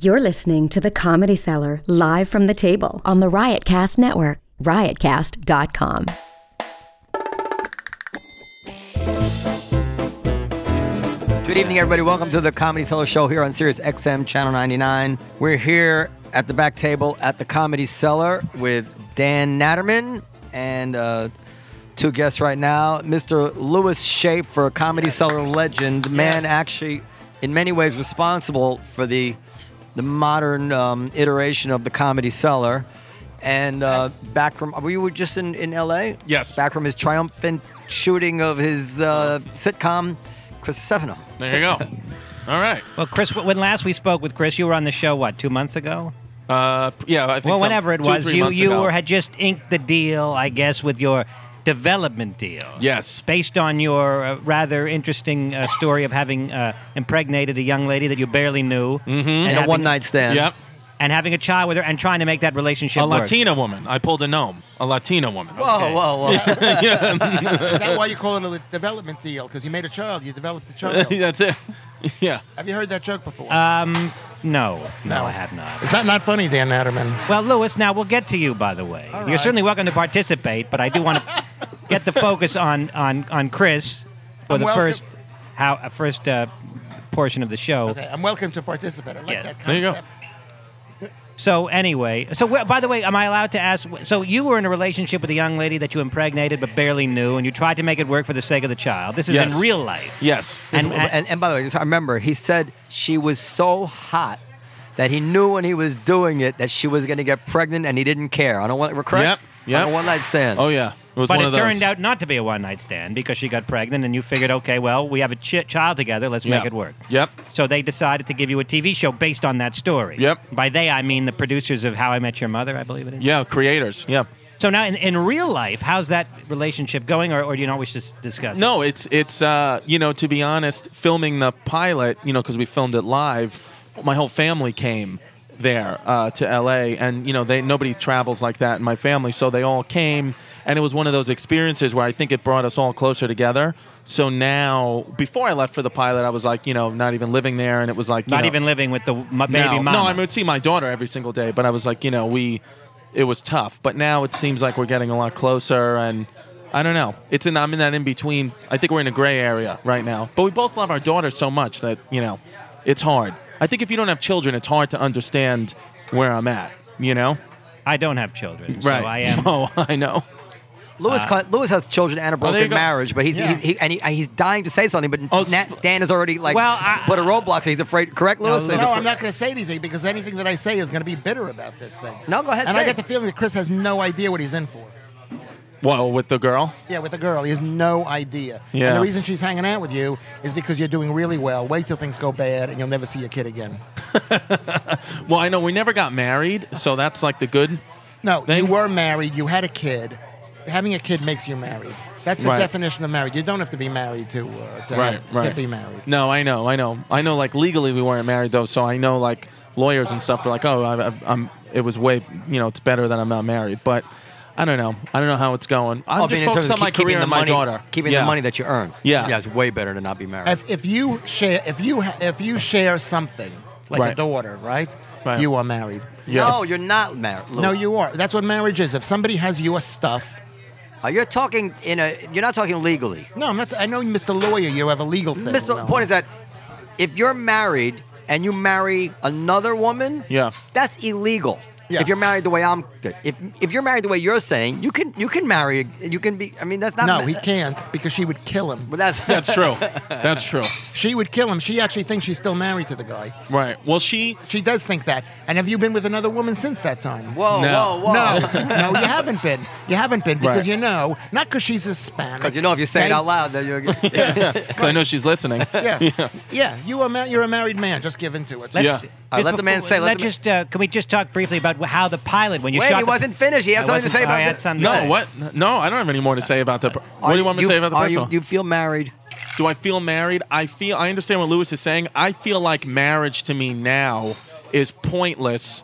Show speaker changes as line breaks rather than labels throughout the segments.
You're listening to The Comedy Cellar live from the table on the Riotcast Network, riotcast.com.
Good evening, everybody. Welcome to the Comedy Cellar Show here on Sirius XM Channel 99. We're here at the back table at the Comedy Cellar with Dan Natterman and uh, two guests right now. Mr. Louis Schaefer, Comedy Cellar legend, man actually in many ways responsible for the the modern um, iteration of the Comedy Cellar. And uh, back from, were you just in, in LA?
Yes.
Back from his triumphant shooting of his uh, sitcom, Chris Stefano.
There you go. All right.
Well, Chris, when last we spoke with Chris, you were on the show what two months ago?
Uh, p- yeah, I think.
Well,
some-
whenever it
two,
was,
three
you
months
you
ago.
were, had just inked the deal, I guess, with your development deal.
Yes.
Based on your uh, rather interesting uh, story of having uh, impregnated a young lady that you barely knew, mm-hmm. and
in a
having,
one night stand.
Yep.
and having a child with her, and trying to make that relationship
A
work.
Latina woman. I pulled a gnome. A Latina woman.
Whoa, whoa, whoa.
Is that why you call it a li- development deal? Because you made a child, you developed a child.
That's it. Yeah.
Have you heard that joke before?
Uh,
No, no,
No.
I have not.
it's not not funny, Dan Natterman.
Well, Lewis, now we'll get to you. By the way, you're
right.
certainly welcome to participate, but I do want to get the focus on on on Chris for
I'm
the
welcome.
first how uh, first uh, portion of the show.
Okay, I'm welcome to participate. I like
Yeah.
that
There you go.
concept.
So anyway, so wh- by the way, am I allowed to ask? So you were in a relationship with a young lady that you impregnated but barely knew, and you tried to make it work for the sake of the child. This is
Yes.
in real life.
Yes.
And,
and, and, and by the way, just remember, he said she was so hot that he knew when he was doing it that she was going to get pregnant, and he didn't care. I don't want to correct.
Yep, yep.
On a one night stand.
Oh yeah. It was
but
one
it
of those.
turned out not to be a one night stand because she got pregnant, and you figured, okay, well, we have a ch- child together, let's
Yeah.
make it work.
Yep.
So they decided to give you a TV show based on that story.
Yep.
By they, I mean the producers of How I Met Your Mother, I believe it is.
Yeah. Creators. Yeah.
So now, in, in real life, how's that relationship going, or, or do you not wish to s- discuss? it?
No, it's it's uh, you know to be honest, filming the pilot, you know, because we filmed it live. My whole family came there uh, to L.A. and you know they nobody travels like that in my family, so they all came, and it was one of those experiences where I think it brought us all closer together. So now, before I left for the pilot, I was like, you know, not even living there, and it was like you
Not
know,
even living with the m- baby
now-
mama.
No, I would see my daughter every single day, but I was like, you know, we, it was tough. But now it seems like we're getting a lot closer, and I don't know. It's in, I'm in that in between. I think we're in a gray area right now. But we both love our daughter so much that you know, it's hard. I think if you don't have children, it's hard to understand where I'm at. You know,
I don't have children, so I am.
Oh, I know.
Lewis, con- Lewis has children and a
uh, Oh, there you
broken
go.
marriage, but he's,
Yeah.
he's he, and he, and he's dying to say something, but
Oh,
Na-
sp-
Dan is already like
Well, I-
put a roadblock, so he's afraid. Correct, Lewis?
no,
He's
No,
afraid-
I'm not going to say anything because anything that I say is going to be bitter about this thing.
No, go ahead,
And
say
I
it.
get the feeling that Chris has no idea what he's in for.
Well, with the girl.
Yeah, with the girl, he has no idea.
Yeah.
And the reason she's hanging out with you is because you're doing really well. Wait till things go bad, and you'll never see your kid again.
Well, I know we never got married, so that's like the good.
No,
Then-
you were married. You had a kid. Having a kid makes you married. That's the
Right.
definition of married. You don't have to be married to uh, to,
right,
have- to
right.
be married.
No, I know, I know, I know. Like legally, we weren't married though, so I know like lawyers and stuff are like, oh, I, I, I'm. It was way, you know, it's better that I'm not married. But I don't know. I don't know how it's going. I'm
Oh, I mean,
just
in terms
focused
of
on my
keep- keeping
career
the
and my
money-
daughter.
Keeping
Yeah.
the money that you earn.
Yeah.
Yeah, it's way better to not be married.
If, if you share, if you ha- if you share something like
Right.
a daughter, right?
Right.
You are married.
Yeah.
No, you're not married. Lewis.
No, you are. That's what marriage is. If somebody has your stuff.
Uh, you're talking in a. You're not talking legally.
No, I'm not. I know, Mr. Lawyer, you have a legal thing.
Mr.
No.
Point is that if you're married and you marry another woman,
Yeah.
that's illegal.
Yeah.
If you're married the way I'm, if if you're married the way you're saying, you can you can marry, you can be. I mean, that's not.
No, he can't because she would kill him.
But that's
That's true. That's true.
She would kill him. She actually thinks she's still married to the guy.
Right. Well, she.
She does think that. And have you been with another woman since that time?
whoa, whoa,
No.
whoa.
No, no, you haven't been. You haven't been because
Right.
you know, not because she's Hispanic.
Because you know, if you say it
okay?
out loud, then you're. Yeah.
Because I know she's listening.
Yeah, yeah, You are ma- you're a married man. Just give in to it.
Let's,
Yeah.
just
All right, let the man
before-
say, let
let's
the man-
just uh, can we just talk briefly about wh- how the pilot when you
Wait,
shot
he
the-
wasn't finished. He had
I
something to
wasn't-
say about
I had
that.
something to
No,
say.
what? No, I don't have any more to say about the. What do you want me to say about the
are
first
you,
one?
You feel married.
do I feel married? I feel I understand what Lewis is saying. I feel like marriage to me now is pointless,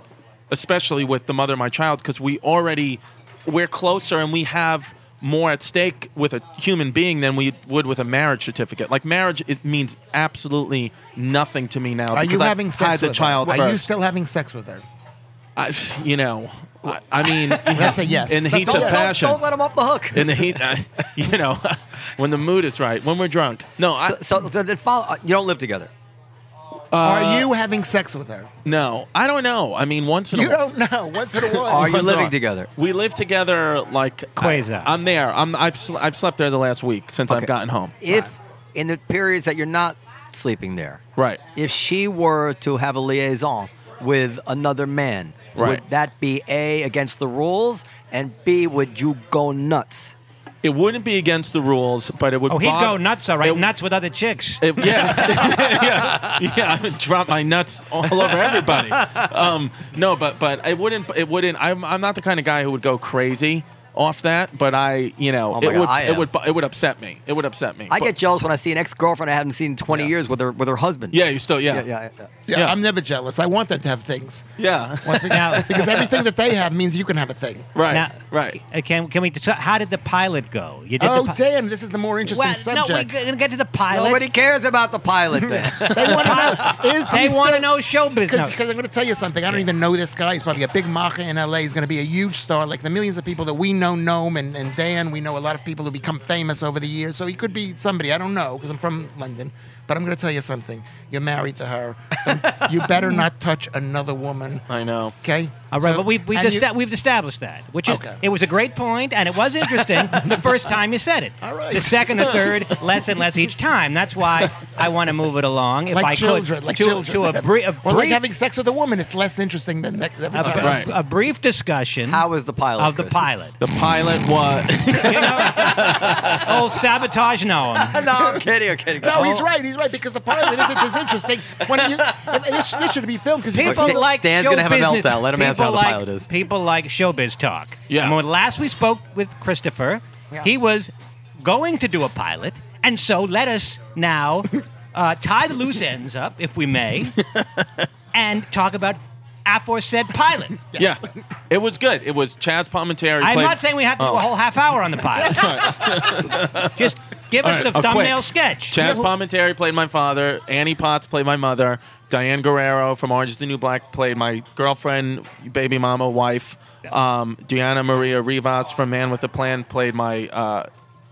especially with the mother of my child, because we already we're closer and we have more at stake with a human being than we would with a marriage certificate. Like marriage, it means absolutely nothing to me now.
Are you
because I
having sex
had
with
the child
her? Are you
first.
still having sex with her?
I, you know, I, I mean,
That's a yes.
In the
That's
heat
a
of
yes.
passion,
Don't let him off the hook.
in the heat, I, you know, when the mood is right, when we're drunk. No, I,
so, so, so then follow. uh, You don't live together.
Are you having sex with her?
no, I don't know. I mean, once in a
You
while.
don't know. Once in a
Are
while.
you
Once in a
living
while.
together?
We live together like
Quasi.
I, am there. I'm, I've sl- I've slept there the last week since
Okay.
I've gotten home.
If in the periods that you're not sleeping there,
Right.
If she were to have a liaison with another man, would
Right.
that be a against the rules, and b would you go nuts?
It wouldn't be against the rules, but it would.
Oh, he'd
bother-
go nuts, all right,
it-
nuts with other chicks.
It- yeah, yeah, yeah. I would drop my nuts all over everybody. Um, no, but but it wouldn't. It wouldn't. I'm, I'm not the kind of guy who would go crazy off that. But I, you know,
Oh
it
my God,
would.
I am.
it would. bu- It would upset me. It would upset me.
I
But-
get jealous when I see an ex girlfriend I haven't seen in 20
Yeah.
years with her with her husband.
Yeah, you still. Yeah,
yeah, yeah. yeah.
Yeah,
Yeah.
I'm never jealous. I want them to have things.
Yeah.
Well, because,
Now-
because everything that they have means you can have a thing.
right.
Now,
right.
uh, Can, can we discuss, how did the pilot go? You did
Oh,
the pi-
Dan, this is the more interesting
well,
subject.
No, we're going to get to the pilot.
Nobody cares about the pilot then.
They want to know. Is
they
he
want to
still-
know show
Because
business.
I'm going to tell you something. I don't even know this guy. He's probably a big maca in LA. He's going to be a huge star, like the millions of people that we know, Gnome and, and Dan. We know a lot of people who become famous over the years. So he could be somebody. I don't know because I'm from London. But I'm going to tell you something. You're married to her. Um, you better not touch another woman.
I know.
Okay?
All right,
So-
but we've we've,
and you-
esta- we've established that, which is
Okay.
it was a great point, and it was interesting the first time you said it.
All right.
The second, the third, less and less each time. That's why I want to move it along. If
like
I
children,
could,
like
to,
children.
to a, bri- a brief,
or like having sex with a woman. It's less interesting than next, every
a,
time.
Right.
a brief discussion
How was the pilot?
of the
Chris?
pilot.
The pilot was.
You know? Old sabotage Noam.
No, I'm kidding. I'm kidding.
No,
Oh.
he's right. He's right because the pilot isn't as interesting. When you, and this, this should be filmed because
People
Dan-
like
Dan's
show
gonna have a
business.
meltdown. Let him
people
answer how the
like,
pilot is.
People like showbiz talk.
Yeah.
And when last we spoke with Christopher, he was going to do a pilot, and so let us now uh, tie the loose ends up, if we may, and talk about aforesaid pilot.
yeah. It was good. It was Chaz Palminteri.
I'm
played- Oh.
not saying we have to do a whole half hour on the pilot. Just give us
All
the
right, a quick-
thumbnail sketch.
Chaz Palminteri played my father. Annie Potts played my mother. Diane Guerrero from Orange is the New Black played my girlfriend, baby mama, wife. Um, Deanna Maria Rivas from Man with a Plan played my uh,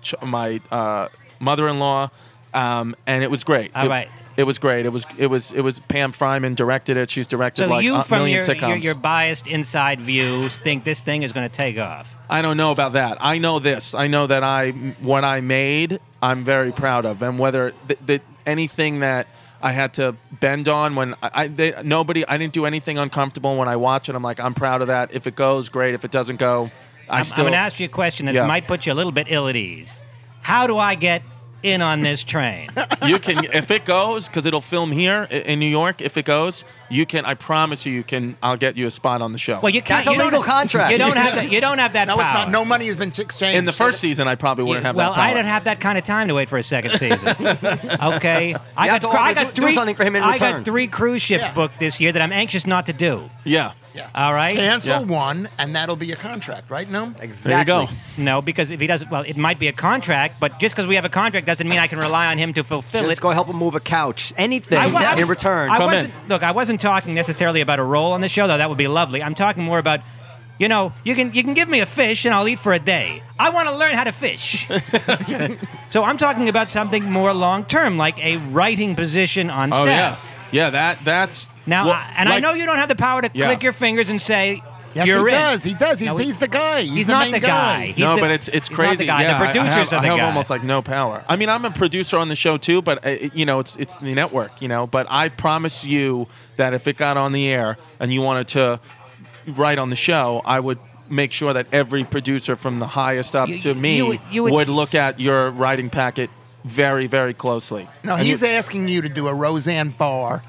ch- my uh, mother-in-law, um, and it was great.
All
it,
right.
It was great. It was it was it was Pam Fryman directed it. She's directed
so
like
you,
a
from
million
your,
sitcoms.
your your biased inside views, think this thing is going to take off.
I don't know about that. I know this. I know that I what I made, I'm very proud of, and whether th- th- anything that I had to bend on when I, I they, nobody, I didn't do anything uncomfortable when I watch it. I'm like, I'm proud of that. If it goes, great. If it doesn't go, I
I'm,
still
going to ask you a question that
Yeah.
might put you a little bit ill at ease. How do I get in on this train?
you can if it goes because it'll film here i- in New York. If it goes, you can. I promise you, you can. I'll get you a spot on the show.
Well, you can't.
That's a
you don't
legal
have-
contract.
You don't have that. You don't have that
No,
power.
it's not. No money has been exchanged.
in the first season, I probably
You-
wouldn't have
well,
that. Power.
I don't have that kind of time to wait for a second season. okay, I
have
got,
to
I
do-
got
do
three.
something for him in
I
return.
got three cruise ships
Yeah.
booked this year that I'm anxious not to do.
Yeah.
Yeah.
All right.
Cancel
Yeah.
one, and that'll be your contract, right? No.
There you
Exactly.
go.
No, because if he doesn't, well, it might be a contract, but just because we have a contract doesn't mean I can rely on him to fulfill it.
Just go help him move a couch. Anything
I wa- I was-
in return.
I
Come
wasn't, Look, I wasn't talking necessarily about a role on the show, though. That would be lovely. I'm talking more about, you know, you can you can give me a fish and I'll eat for a day. I want to learn how to fish. so I'm talking about something more long term, like a writing position on
Oh yeah.
staff.
Yeah. That that's
Now,
well,
I, and I
like-
know you don't have the power to
Yeah.
click your fingers and say.
Yes,
You're
he
in.
does. He does. He's,
No,
he's the guy. He's,
He's,
the
not
main
the guy. He's
no,
the-
but it's it's
he's
crazy.
Not the guy.
Yeah, I-
the producers
I have,
are the
I have
guy.
almost like no power. I mean, I'm a producer on the show too, but uh, it, you know, it's it's the network, you know. But I promise you that if it got on the air and you wanted to write on the show, I would make sure that every producer from the highest up
You-
to me
you would- you would-
look at your writing packet very very closely.
No,
And
he's
you-
asking you to do a Roseanne Barr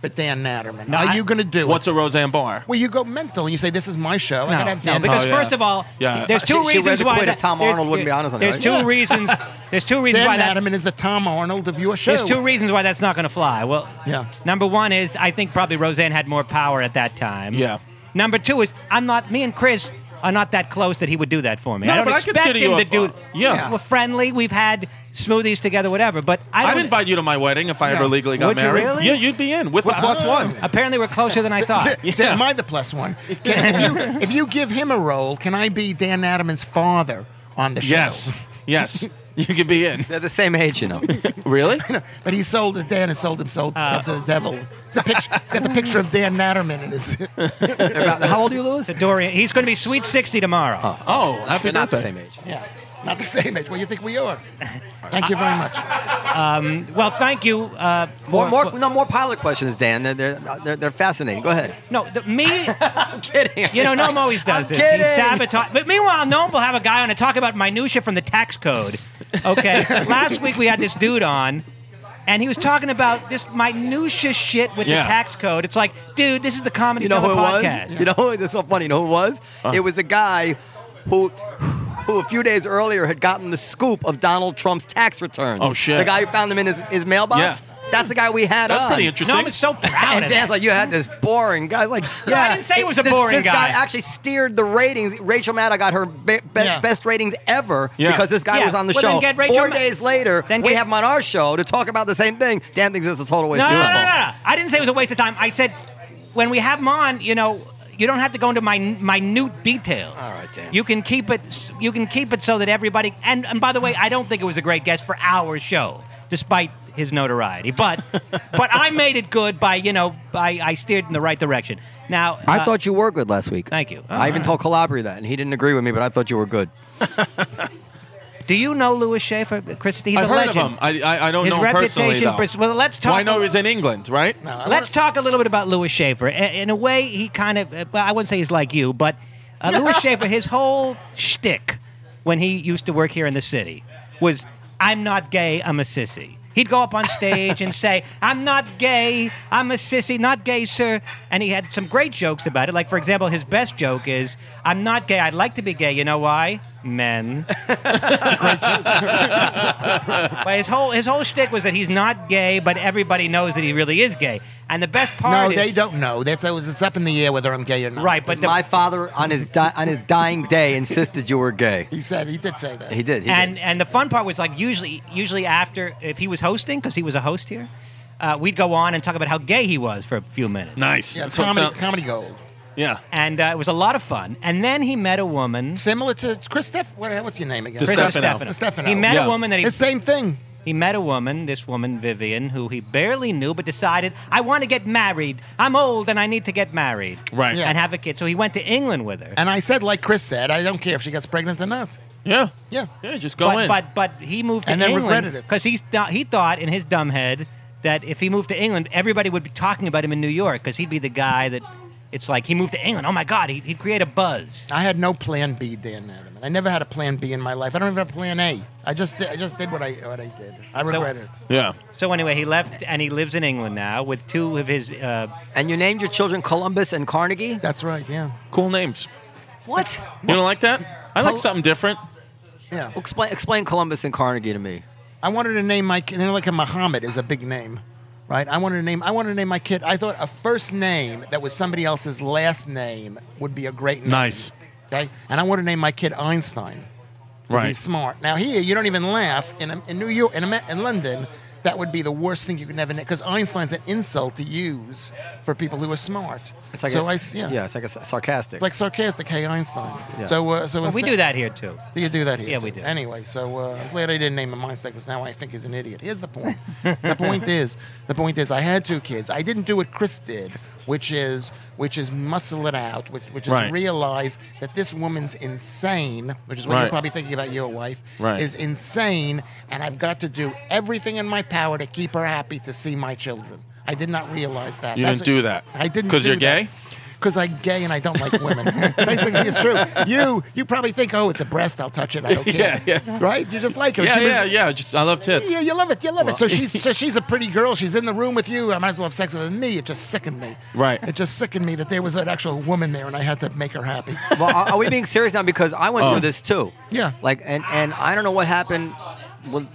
for Dan Natterman. Are
I-
you going to do
what's
it?
a Roseanne Barr?
Well, you go mental and you say, "This is my show." I
No,
gotta have
no,
Dan.
because
Oh, yeah.
first of all,
Yeah.
there's
She-
two
she read
reasons
the
why
quit
that,
of Tom
there's-
Arnold wouldn't be honest on it,
There's
right?
two
Yeah.
reasons. There's two reasons
Dan
why that's
Natterman is the Tom Arnold of your show.
there's two reasons why that's not going to fly. Well,
Yeah.
Number one is I think probably Roseanne had more power at that time.
Yeah.
Number two is I'm not me and Chris are not that close that he would do that for me.
No,
I don't
but I
expect
consider
him
you
to
a
do.
fa- yeah. Yeah.
we're friendly. We've had smoothies together, whatever. But I
I'd
don't.
invite you to my wedding if I ever legally got
Would you
married.
really?
Yeah, you'd be in with a plus one.
Apparently, we're closer than I thought.
D- Am I the plus one? Can, if, you, if you give him a role, can I be Dan Adaman's father on the show?
Yes, yes, you could be in.
They're the same age, you know.
Really?
But he sold it. Dan has sold himself
Uh,
to the devil. It's the picture. It's got the picture of Dan Natterman in his.
They're about- how old are you, Louis?
The Dorian. He's going to be sweet sixty tomorrow.
Oh, happy
They're not the
birthday.
same age.
Yeah, not the same age. What do you think we are? Thank you very much.
Well, thank you. Uh, for,
More, more,
for-
no, more pilot questions, Dan. They're, they're, they're, they're fascinating. Go ahead.
no, the, me.
I'm kidding.
You know, Noam always does
I'm
this.
Kidding.
He sabotage. But meanwhile, Noam will have a guy on to talk about minutia from the tax code. Okay. Last week we had this dude on, and he was talking about this minutia shit with
Yeah.
the tax code. It's like, dude, this is the comedy
You know who
Cellar
it
podcast.
was? You know who? It's so funny. You know who it was? It was the guy who, who a few days earlier had gotten the scoop of Donald Trump's tax returns.
Oh, shit.
The guy who found them in his, his mailbox.
Yeah.
That's the guy we had.
That's
on.
pretty interesting.
Noam is so proud
And
of
Dan's
that.
like, you had this boring guy. Like,
No,
yeah,
I didn't say he was a
this-
boring
this guy.
guy.
actually steered the ratings. Rachel Maddow got her be- be-
Yeah.
best ratings ever
Yeah.
because this guy
Yeah.
was on the
Well,
show.
then get Rachel
Four
Ma-
days later,
Then
we
get-
have him on our show to talk about the same thing. Dan thinks it's a total waste
No,
of
no, no,
time.
no, no. I didn't say it was a waste of time. I said when we have him on, you know, you don't have to go into my minute details. All
right, Dan.
You can keep it. You can keep it so that everybody. And and by the way, I don't think it was a great guest for our show, despite his notoriety. But but I made it good by you know by I steered in the right direction. Now
I
uh,
thought you were good last week.
Thank you. Uh-huh.
I even told Calabria that, and he didn't agree with me, but I thought you were good.
Do you know Louis Schaefer, Christy? He's
I've
a
heard
legend.
of him. I, I, I don't
His
know him personally
reputation
though.
pers- well, let's
Well, I
talk
know
a-
he was in England, right?
Let's talk a little bit about Louis Schaefer. I- In a way, he kind of, uh, well, I wouldn't say he's like you, but uh, Louis Schaefer, his whole shtick when he used to work here in the city was, I'm not gay, I'm a sissy. He'd go up on stage and say, I'm not gay, I'm a sissy, not gay, sir. And he had some great jokes about it. Like, for example, his best joke is, I'm not gay, I'd like to be gay. You know why? Men. But his whole his whole shtick was that he's not gay, but everybody knows that he really is gay. And the best part
No,
is
they don't know. That's it's up in the air whether I'm gay or not.
right, but the,
My father, on his di- on his dying day, insisted you were gay.
He said he did say that.
He did. He
and
did.
and the fun part was like usually usually after if he was hosting because he was a host here, uh, we'd go on and talk about how gay he was for a few minutes.
Nice.
Yeah, it's
So-
comedy,
so-
comedy gold.
yeah.
And uh, it was a lot of fun. And then he met a woman,
Similar to Chris Steph. What, what's your name again?
Chris
Chris
Stefano.
Stefano.
Stefano.
He met
Yeah.
a woman that he
The same thing.
He met a woman, this woman Vivian, who he barely knew, but decided, I want to get married. I'm old and I need to get married.
Right.
Yeah.
And have a kid. So he went to England with her.
And I said, like Chris said, I don't care if she gets pregnant or not.
Yeah.
Yeah.
Yeah. Just go
but,
in.
But but he moved to
And then regretted it.
because he thought he thought in his dumb head that if he moved to England, everybody would be talking about him in New York because he'd be the guy that it's like he moved to England. Oh my God, he, he'd create a buzz.
I had no plan B, Dan Natterman. I never had a plan B in my life. I don't even have a plan A. I just did, I just did what I what I did. I regret it.
yeah.
So anyway, he left and he lives in England now with two of his. Uh,
And you named your children Columbus and Carnegie.
That's right. Yeah.
Cool names.
What?
You don't like that? I like
Col-
something different.
Yeah.
Explain explain Columbus and Carnegie to me.
I wanted to name my kid, you know, like a Muhammad is a big name, right? I wanted to name, I wanted to name my kid. I thought a first name that was somebody else's last name would be a great name.
Nice.
Okay, and I wanted to name my kid Einstein. 'cause
Right.
He's smart. Now here, you don't even laugh in in New York, in, Amer- in London. That would be the worst thing you could ever name because Einstein's an insult to use for people who are smart.
It's like
so
a,
I s yeah.
yeah, it's like a s- sarcastic.
It's like sarcastic, hey Einstein.
Yeah.
So, uh, so
well, we
instead-
do that here too.
do you do that here?
Yeah,
too?
we do.
Anyway, so uh, I'm glad I didn't name him Einstein because now I think he's an idiot. Here's the point. the point is, the point is, I had two kids. I didn't do what Chris did, which is, which is muscle it out, which, which is
Right.
realize that this woman's insane, which is what
Right.
you're probably thinking about your wife,
Right.
is insane, and I've got to do everything in my power to keep her happy to see my children. I did not realize that.
You
That's
didn't do that.
I didn't.
'Cause
do
you're
that.
gay?
Because I'm gay and I don't like women. Basically, it's true. You you probably think, oh, it's a breast. I'll touch it. I don't
Yeah,
care.
yeah.
Right? You just like her.
Yeah.
She was-
Yeah. Yeah. Just I love tits.
yeah, you love it. You love it. So she's so she's a pretty girl. She's in the room with you. I might as well have sex with me. It just sickened me.
Right.
It just sickened me that there was an actual woman there, and I had to make her happy.
well, are, are we being serious now? Because I went through this too.
Oh. Yeah.
Like, and and I don't know what happened. Well,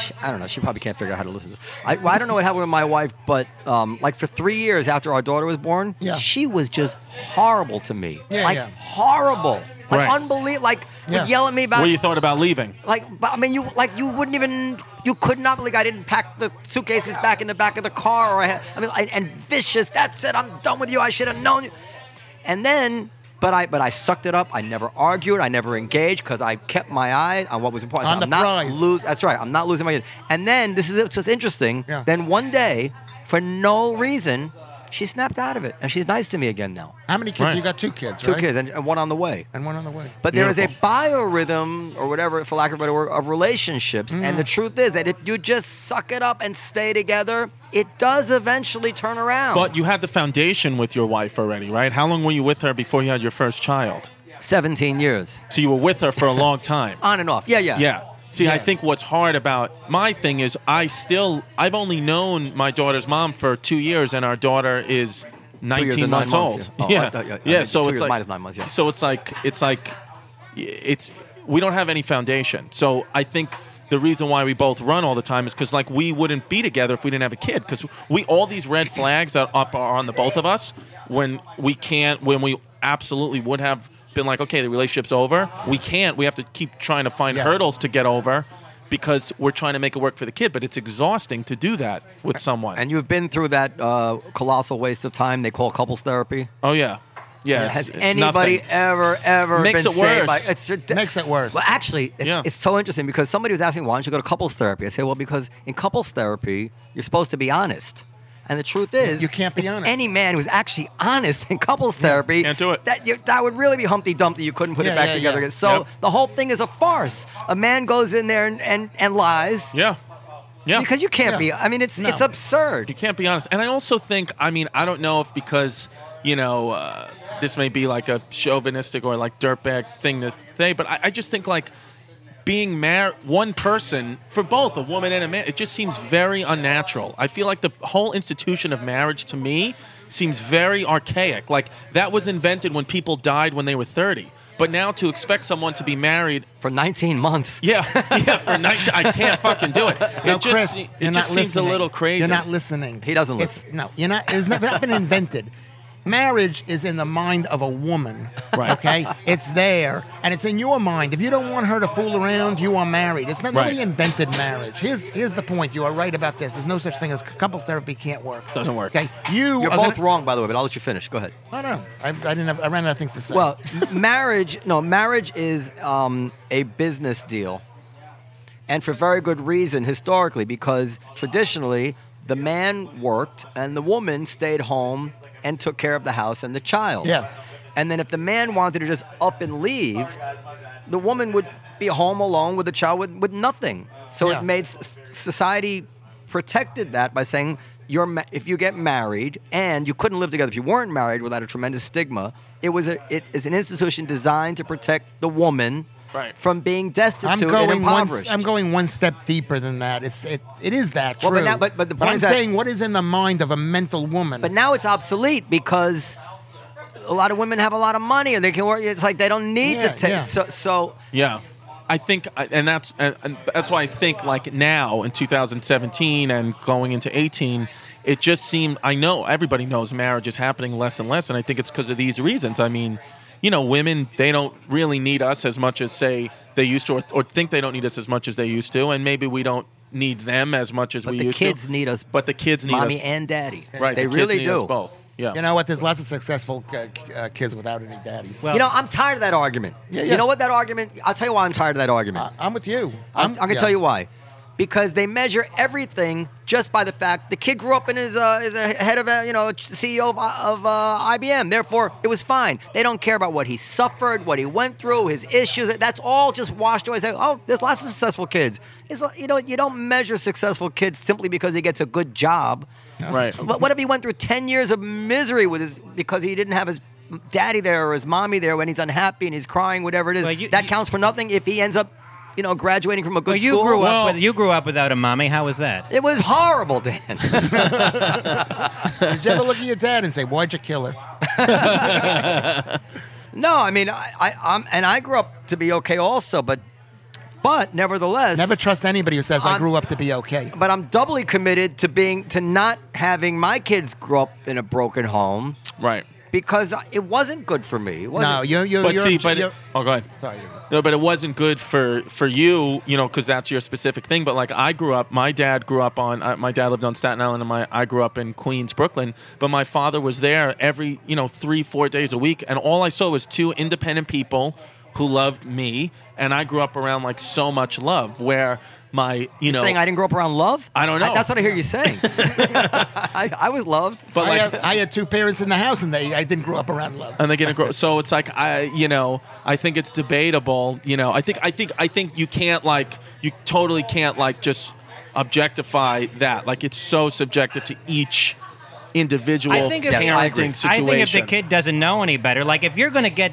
she- I don't know. She probably can't figure out how to listen. to it. I, well, I don't know what happened with my wife, but um, like for three years after our daughter was born,
Yeah.
she was just horrible to me.
Yeah,
like
yeah.
horrible, like
Right.
unbelievable. Like
Yeah.
would yell at me about
What you thought about leaving?
like but, I mean you like you wouldn't even you could not believe I didn't pack the suitcases back in the back of the car or I, had, I mean I, and vicious that's it I'm done with you I should have known you and then but I but I sucked it up I never argued I never engaged because I kept my eyes on what was important So
On the
I'm not
prize.
lose that's right I'm not losing my head and then this is it's just interesting
Yeah.
then one day for no reason she snapped out of it and she's nice to me again now
How many kids?
Right.
You got two kids,
two
right?
kids and, and one on the way
and one on the way.
but there is a
Beautiful.
biorhythm, or whatever, for lack of a better word, of relationships. And the
Mm.
truth is that if you just suck it up and stay together, it does eventually turn around.
But you had the foundation with your wife already, right? How long were you with her before you had your first child?
17 years.
So you were with her for a long time.
On and off. Yeah, yeah.
Yeah. See, I think what's hard about my thing is I still I've only known my daughter's mom for two years, and our daughter is
and
nineteen
nine
months,
months, yeah.
old.
Oh, I
yeah,
thought- yeah, I
yeah.
mean,
So
two
it's
years
like
minus nine months, yeah.
So it's like it's like it's we don't have any foundation. So I think the reason why we both run all the time is because like we wouldn't be together if we didn't have a kid. Because we all these red flags that up are on the both of us when we can't when we absolutely would have been like okay the relationship's over we can't we have to keep trying to find
Yes.
hurdles to get over because we're trying to make it work for the kid but it's exhausting to do that with someone
And you've been through that uh, colossal waste of time they call couples therapy.
oh yeah yeah
Has
it's-
anybody
nothing.
ever, ever
Makes
been
it
saved by
worse.
it's rid-
Makes it worse.
Well, actually, it's,
Yeah.
it's so interesting because somebody was asking, why don't you go to couples therapy? I say, well, because in couples therapy, you're supposed to be honest. And the truth is,
You can't be
if
honest.
Any man who's actually honest in couples therapy,
can't do it.
That you, that would really be Humpty Dumpty. You couldn't put it
Yeah,
back
yeah,
together
yeah.
again. So
Yep.
the whole thing is a farce. A man goes in there and, and, and lies
yeah yeah
because you can't
Yeah.
be. I mean, it's
No.
it's absurd.
You can't be honest. And I also think, I mean, I don't know if because, you know, uh, this may be like a chauvinistic or like dirtbag thing to say, but I, I just think like being married, one person, for both a woman and a man, it just seems very unnatural. I feel like the whole institution of marriage to me seems very archaic. Like that was invented when people died when they were 30. But now to expect someone to be married,
For 19 months,
yeah, yeah, for 19, I can't fucking do it.
No,
it just,
Chris,
it
you're
just seems
not
a
listening.
little crazy.
You're not listening.
He doesn't
It's-
listen.
no, you're not. It's not, not been invented. Marriage is in the mind of a woman.
Right.
Okay. It's there, and it's in your mind. If you don't want her to fool around, you are married. It's not
Right.
nobody invented marriage. Here's here's the point. You are right about this. There's no such thing as couples therapy can't work.
Doesn't work.
Okay. You
you're
are
both
gonna,
wrong, by the way. But I'll let you finish. Go ahead.
I don't know. I, I didn't. Have, I ran out of things to say.
Well, m- marriage, no, marriage is um, a business deal. And for very good reason, historically, because traditionally the man worked and the woman stayed home and took care of the house and the child.
Yeah.
And then if the man wanted to just up and leave, the woman would be home alone with the child with, with nothing. So
Yeah.
it made s- society protected that by saying you're ma- if you get married and you couldn't live together if you weren't married without a tremendous stigma. It was a it is an institution designed to protect the woman
Right.
from being destitute and
one,
impoverished.
I'm going one step deeper than that. It's it, it is that true.
Well, but now- but- but the point
I'm
is that-
saying what is in the mind of a mental woman.
but now it's obsolete because a lot of women have a lot of money and they can work. It's like they don't need
Yeah,
to take
yeah.
so so.
Yeah, I think, I- and that's and, and that's why I think like now in 2017 and going into 18, it just seemed. I know everybody knows marriage is happening less and less, and I think it's because of these reasons. I mean, you know, women they don't really need us as much as say they used to, or, or think they don't need us as much as they used to, and maybe we don't need them as much as
But
we
the
used
kids
to.
need us.
But the kids need
mommy
us.
and daddy.
right,
They
the kids
really
need
do.
us both. Yeah.
You know what? There's lots of successful uh, k- uh, kids without any daddies.
Well-
You know, I'm tired of that argument.
Yeah,
You
yeah.
know what that argument? I'll tell you why I'm tired of that argument.
I- I'm with you.
I'm, I'm gonna
yeah.
tell you why. Because they measure everything just by the fact the kid grew up and is a, is a head of a you know CEO of, of uh, IBM. Therefore, it was fine. They don't care about what he suffered, what he went through, his issues. That's all just washed away. Say, oh, there's lots of successful kids. It's like, you know you don't measure successful kids simply because he gets a good job.
Right.
But what if he went through ten years of misery with his because he didn't have his daddy there or his mommy there when he's unhappy and he's crying, whatever it is.
Well, you-
that
you-
counts for nothing if he ends up, you know, graduating from a good
Well, you
school.
grew up
Well-
with, you grew up without a mommy. How was that?
It was horrible, Dan.
Did you ever look at your dad and say, "Why'd you kill her?"
no, I mean, I, I, I'm, and I grew up to be okay also, but But nevertheless,
Never trust anybody who says I
On-
grew up to be okay.
but I'm doubly committed to being to not having my kids grow up in a broken home
Right.
because it wasn't good for me. It wasn't-
No, you're you're,
But
you're,
see, but
you're-
oh, go ahead.
sorry. you're-
No, but it wasn't good for for you, you know, because that's your specific thing. But like, I grew up. My dad grew up on. Uh, my dad lived on Staten Island, and my I grew up in Queens, Brooklyn. But my father was there every, you know, three four days a week, and all I saw was two independent people who loved me, and I grew up around like so much love. Where my, you know,
You're saying I didn't grow up around love?
I don't know.
that's what I hear you saying. I, I was loved.
but
I,
like
had, I had two parents in the house, and they I didn't grow up around love.
and they get a grow. So it's like I, you know, I think it's debatable. You know, I think I think I think you can't like you totally can't like just objectify that. Like it's so subjective to each individual
I think if,
parenting
Yes, I agree.
I
situation.
think if the kid doesn't know any better, like if you're going to get,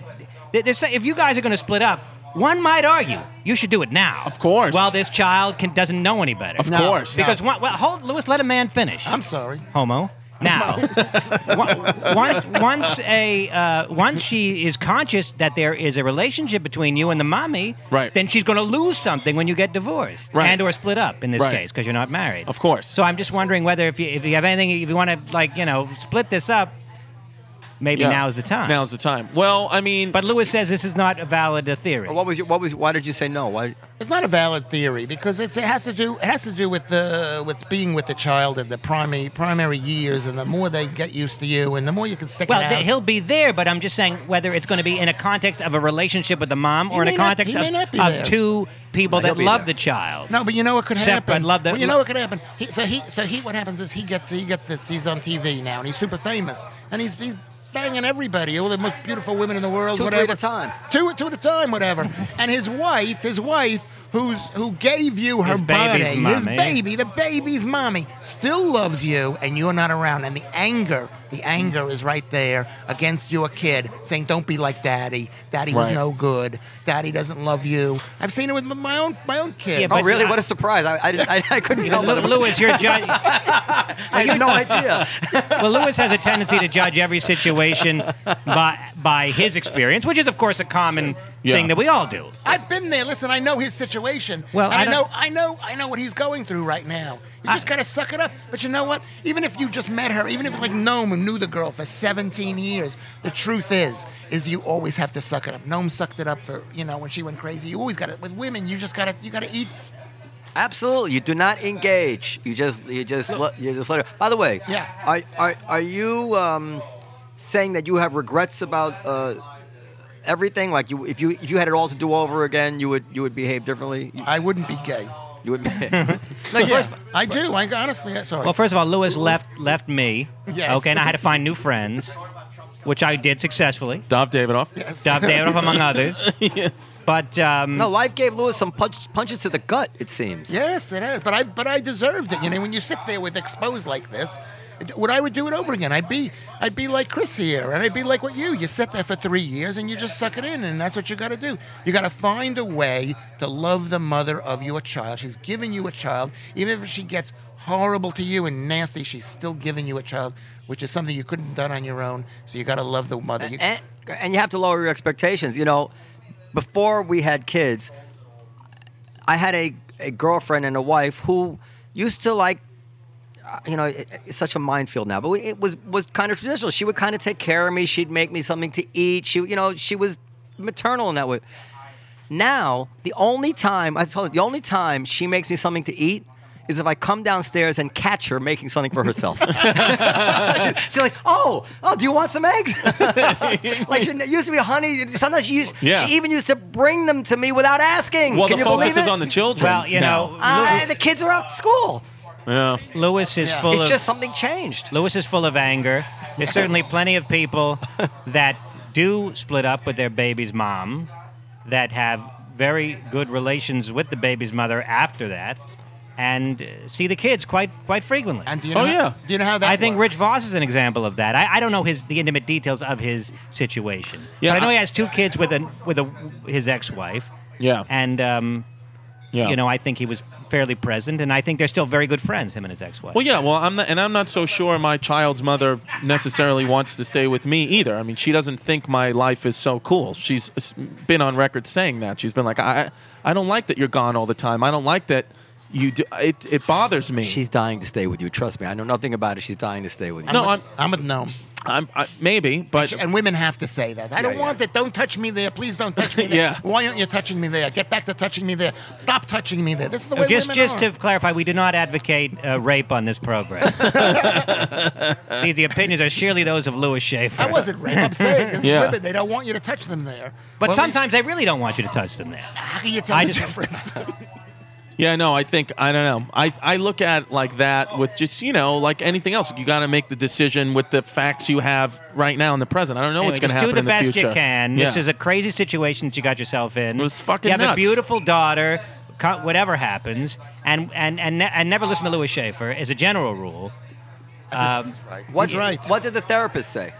th- there's, if you guys are going to split up, one might argue you should do it now.
Of course.
While this child can, doesn't know any better.
of
No,
course,
Because one, well, hold, Lewis, let a man finish.
I'm sorry.
homo. Now, on- once once a uh, once she is conscious that there is a relationship between you and the mommy,
Right.
Then she's going to lose something when you get divorced
Right.
and or split up in this
Right.
case because you're not married.
Of course.
So I'm just wondering whether if you if you have anything if you want to like you know split this up, maybe
Yeah.
now's the time.
Now's the time. Well, I mean,
but Lewis says this is not a valid uh, theory.
Oh,
What was your, what was why did you say no? Why oh,
It's not a valid theory because it's, it has to do it has to do with the with being with the child in the primary primary years, and the more they get used to you, and the more you can stick
well,
it out.
th- he'll be there, but I'm just saying whether it's going to be in a context of a relationship with the mom or in
may
a
not-
context
he may not
of,
be there.
of two people
No, he'll
that
be
love
there.
the child.
No, but you know what could
Separate,
happen.
love that-
Well, you know what could happen. He, so he, so he, what happens is he gets he gets this. He's on TV now, and he's super famous, and he's he's banging everybody, all the most beautiful women in the world,
Two, three
whatever.
at a time.
Two, two at a time, whatever. and his wife, his wife, who's who gave you her
His
body,
baby's
his
mommy.
baby, the baby's mommy, still loves you, and you're not around, and the anger. The anger is right there against your kid, saying, "Don't be like Daddy. Daddy
Right.
was no good. Daddy doesn't love you." I've seen it with m- my own my own kid.
Yeah,
Oh
But
really?
I-
what a surprise! I I, I, I couldn't tell.
Lu-
by the-
Lewis, you're judge.
I had no idea.
Well, Lewis has a tendency to judge every situation by by his experience, which is, of course, a common
Yeah.
thing that we all do.
I've been there. Listen, I know his situation.
Well,
and
I
I, know,
don't-
I know, I know what he's going through right now. You just gotta suck it up. But you know what? Even if you just met her, even if like Gnome who knew the girl for 17 years, the truth is, is you always have to suck it up. Gnome sucked it up for you know when she went crazy. You always got to with women. You just gotta, you gotta eat.
Absolutely, you do not engage. You just you just let, you just let it. By the way,
Yeah.
Are are are you um, saying that you have regrets about uh, everything? Like you, if you if you had it all to do over again, you would you would behave differently. You,
I wouldn't be gay.
you would. no,
Yeah, I do. I honestly, sorry.
Well, first of all, Lewis left left me.
Yes.
Okay, and I had to find new friends, which I did successfully.
Dov Davidoff.
Yes.
Dov Davidoff, among others. But um,
No, life gave Lewis some punch, punches to the gut. It seems.
Yes, it is. But I but I deserved it. You know, when you sit there with exposed like this, it- would I would do it over again? I'd be I'd be like Chris here, and I'd be like what you. You sit there for three years and you just suck it in, and that's what you got to do. You got to find a way to love the mother of your child. She's giving you a child, even if she gets horrible to you and nasty. She's still giving you a child, which is something you couldn't have done on your own. So you got to love the mother. You-
and, and you have to lower your expectations. You know, before we had kids, I had a, a girlfriend and a wife who used to like, uh, you know, it- it's such a minefield now, but we- it was was kind of traditional. She would kind of take care of me. She'd make me something to eat. She, you know, she was maternal in that way. Now, the only time I told you, the only time she makes me something to eat is if I come downstairs and catch her making something for herself. She- she's like, "Oh, oh, do you want some eggs?" like she it used to be honey. Sometimes she used,
Yeah.
she even used to bring them to me without asking.
Well,
Can
the
you
focus
believe
is
it?
on the children.
well, you know,
Uh, the kids are out to school.
now.
Lew- Lewis is full
It's
of
just something changed.
Lewis is full of anger. There's certainly plenty of people that do split up with their baby's mom that have very good relations with the baby's mother after that and uh, see the kids quite quite frequently.
and do you know
Oh,
how-
yeah.
Do you know how that?
I think Rich
works?
Voss is an example of that. I, I don't know his the intimate details of his situation.
Yeah,
but I know
I-
he has two kids with a with a his ex-wife.
Yeah.
And um,
Yeah.
You know, I think he was fairly present, and I think they're still very good friends, him and his ex-wife.
Well, yeah. Well, I'm not, and I'm not so sure my child's mother necessarily wants to stay with me either. I mean, she doesn't think my life is so cool. She's uh, s- been on record saying that. She's been like, I, I don't like that you're gone all the time. I don't like that you do. It, it bothers me.
She's dying to stay with you. Trust me. I know nothing about it. She's dying to stay with you.
no, I'm,
I'm with no.
I'm, I, maybe, but
And women have to say that. I don't
yeah.
want it. Don't touch me there. Please don't touch me there.
Yeah.
Why aren't you touching me there? Get back to touching me there. Stop touching me there. This is the way
just
women
just
are.
to clarify, we do not advocate uh, rape on this program. the, the opinions are surely those of Louis Schaefer.
I wasn't rape. I'm saying this is
Yeah.
women. They don't want you to touch them there.
But
Well, at least-
sometimes they really don't want you to touch them there.
how can you tell
I
the
just-
difference?
Yeah, no, I think I don't know. I I look at it like that with just you know like anything else. You got to make the decision with the facts you have right now in the present. I don't know
Anyway,
what's going to
just
happen
do the
in
best
the future.
you can. This
Yeah.
is a crazy situation that you got yourself in.
It was fucking
You have
nuts.
a beautiful daughter. co- Whatever happens, and and and, ne- and never listen to Louis Schaefer is a general rule.
What,
He's right.
What did the therapist say?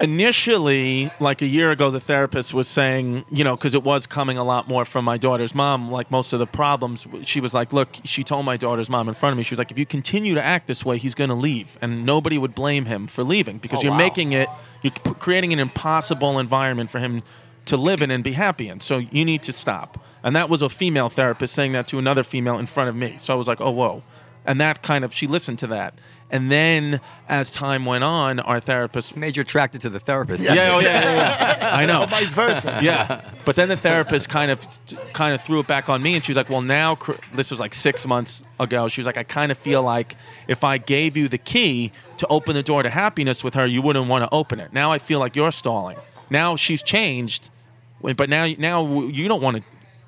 initially like a year ago the therapist was saying you know because it was coming a lot more from my daughter's mom like most of the problems she was like look she told my daughter's mom in front of me she was like if you continue to act this way he's going to leave and nobody would blame him for leaving because
Oh,
you're
wow.
making it you're p- creating an impossible environment for him to live in and be happy in so you need to stop and that was a female therapist saying that to another female in front of me so i was like oh whoa and that kind of she listened to that and then as time went on our therapist
Made you attracted to the therapist.
yeah, oh, yeah, yeah, yeah. I know.
Vice versa.
Yeah, but then the therapist kind of, kind of threw it back on me, and she was like, "Well, now cr- this was like six months ago. She was like, I kind of feel like if I gave you the key to open the door to happiness with her, you wouldn't want to open it. Now I feel like you're stalling. Now she's changed, w- but now, now you don't want to.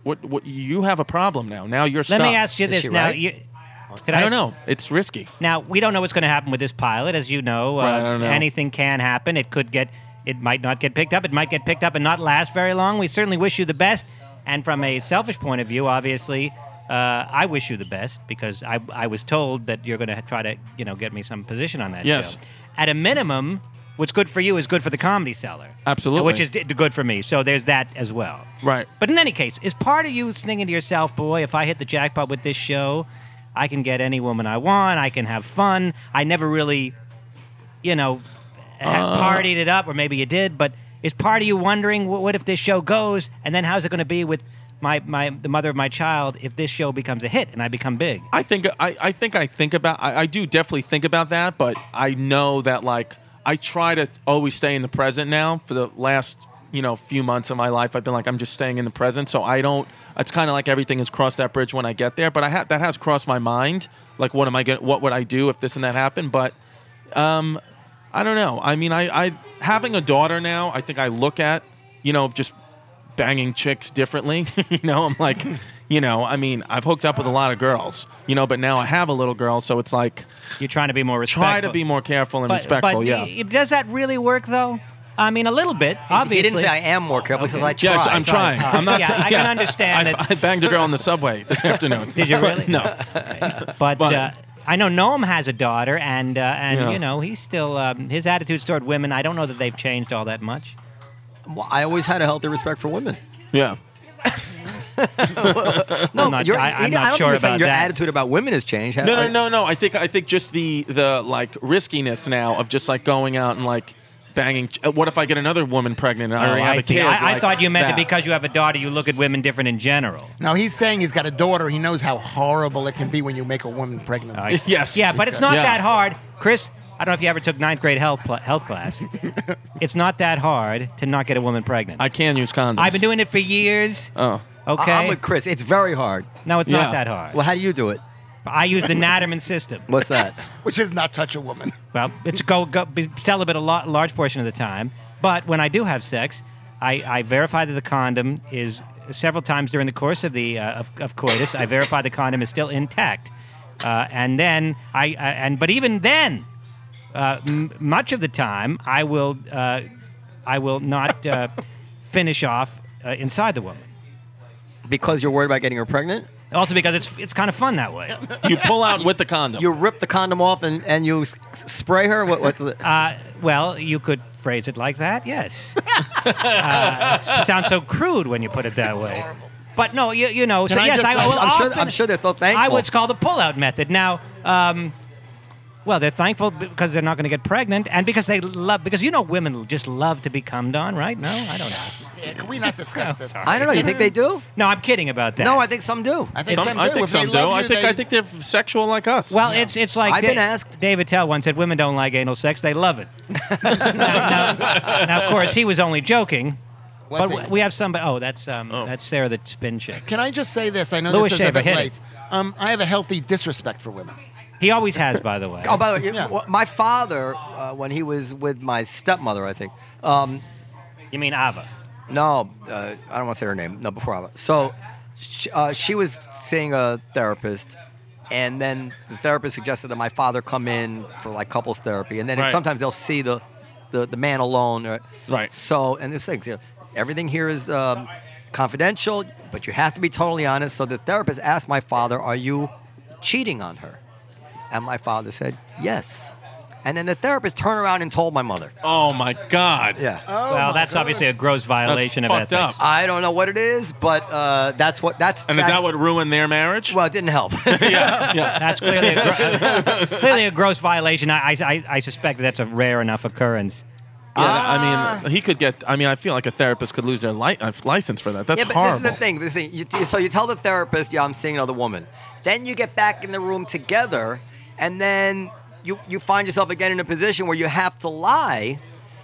What, what you have a problem now? Now you're
Let
stuck.
me ask you
Is
this
she
now.
right?
You, could
I don't know. It's risky.
Now we don't know what's going to happen with this pilot, as you know. uh,
Right, I don't know.
Anything can happen. It could get, it might not get picked up. It might get picked up and not last very long. We certainly wish you the best. And from a selfish point of view, obviously, uh, I wish you the best because I, I was told that you're going to try to you know get me some position on that.
Yes.
show. At a minimum, what's good for you is good for the comedy seller.
Absolutely.
Which is d- good for me. So there's that as well.
Right.
But in any case, is part of you thinking to yourself, boy, if I hit the jackpot with this show, I can get any woman I want. I can have fun. I never really, you know, ha-
Uh.
partied it up, or maybe you did. But is part of you wondering, "Wh- what if this show goes? And then how's it going to be with my, my the mother of my child if this show becomes a hit and I become big?
I think I, I think I think about I, I do definitely think about that, but I know that like I try to always stay in the present now. For the last you know few months of my life, I've been like I'm just staying in the present, so I don't. It's kind of like everything has crossed that bridge when I get there, but I ha- that has crossed my mind. Like what am I going? to What would I do if this and that happened? But um, I don't know. I mean, I, I having a daughter now, I think I look at, you know, just banging chicks differently. you know, I'm like, you know, I mean, I've hooked up with a lot of girls, you know, but now I have a little girl, so it's like
You're trying to be more respectful.
try to be more careful and
but,
respectful.
But
yeah.
i- does that really work though? I mean, a little bit, obviously.
He didn't say I am more careful. He says I try.
Yes, I'm trying.
All right.
I'm not.
Yeah,
saying-
I can understand
I,
that-
I banged a girl on the subway this afternoon.
Did you really?
no.
But,
But-
uh, I know Noam has a daughter, and uh, and
Yeah.
you know he's still um, his attitudes toward women. I don't know that they've changed all that much.
Well, I always had a healthy respect for women.
Yeah.
No,
I'm not-
you're,
I-
he
I'm
didn't-
not
I don't
sure
think you're saying
about
your
that.
attitude about women has changed.
No, no, no, no. I think I think just the the like riskiness now of just like going out and like banging. ch- uh, What if I get another woman pregnant and I already
Oh,
have a
see.
kid?
I, I
like
thought you meant
that.
that because you have a daughter, you look at women different in general.
No, he's saying he's got a daughter. He knows how horrible it can be when you make a woman pregnant.
Yes.
Yeah, but it's not
Yeah.
that hard, Chris. I don't know if you ever took ninth grade health pl- health class. it's not that hard to not get a woman pregnant.
I can use condoms.
have been doing it for years.
Oh.
okay.
I, am with Chris. It's very hard.
no, it's
Yeah.
not that hard.
Well, how do you do it?
I use the Natterman system.
What's that?
which is not touch a woman.
Well, it's go, go be celibate a lot, large portion of the time. But when I do have sex, I, I verify that the condom is several times during the course of the uh, of, of coitus. I verify the condom is still intact, uh, and then I uh, and but even then, uh, m- much of the time I will uh, I will not uh, finish off uh, inside the woman.
because you're worried about getting her pregnant?
Also because it's it's kind of fun that way.
You pull out with the condom.
You rip the condom off and, and you s- s- spray her? What, what's the,
Uh, well, you could phrase it like that, yes. uh, it sounds so crude when you put it that way. But no, you, you know, so
Can I
yes,
just
I,
say-
will
I'm sure-
often-
I'm sure they're so thankful.
I would call the pullout method. Now, um, well, they're thankful because they're not going to get pregnant, and because they love because you know women just love to be cummed on, right? No, I don't know.
Yeah, can we not discuss this?
I don't know. You think they do?
No, I'm kidding about that.
No, I think some do.
I think
Some-
some do.
I think
if
some
they
do.
love
I
you,
think
they,
I think they're sexual like us.
Well, it's it's like
I've been asked.
David Tell once said women don't like anal sex; they love it. now, now- now, of course, he was only joking.
What's
but
it?
we have somebody. Oh, that's um, that's Sarah the spin chick.
Can I just say this? I know
Louis
this is a
Shaver,
bit
hit it.
late. Um, I have a healthy disrespect for women.
He always has, by the way.
Oh, by the way, you-
Yeah.
wh- my father, uh, when he was with my stepmother, I think. Um,
you mean Ava?
no, uh, I don't want to say her name. No, before Ava. So she, uh, she was seeing a therapist, and then the therapist suggested that my father come in for like couples therapy, and then
Right.
sometimes they'll see the, the, the man alone. Right.
Right.
So, and there's things. You know, everything here is um, confidential, but you have to be totally honest. So the therapist asked my father, "Are you cheating on her?" And my father said, "Yes." And then the therapist turned around and told my mother.
oh my God.
Yeah.
well, that's obviously a gross violation of
fucked
ethics.
up.
I don't know what it is, but uh, that's what that's.
And is that what ruined their marriage?
Well, it didn't help.
That's clearly a, gro- clearly a gross violation. I, I- I, I suspect that's a rare enough occurrence.
Yeah, I mean, he could get. I mean, I feel like a therapist could lose their li- uh, license for that. That's
yeah, but
horrible.
this is the thing. This thing you t- so you tell the therapist, "Yeah, I'm seeing another woman." Then you get back in the room together, and then you you find yourself again in a position where you have to lie,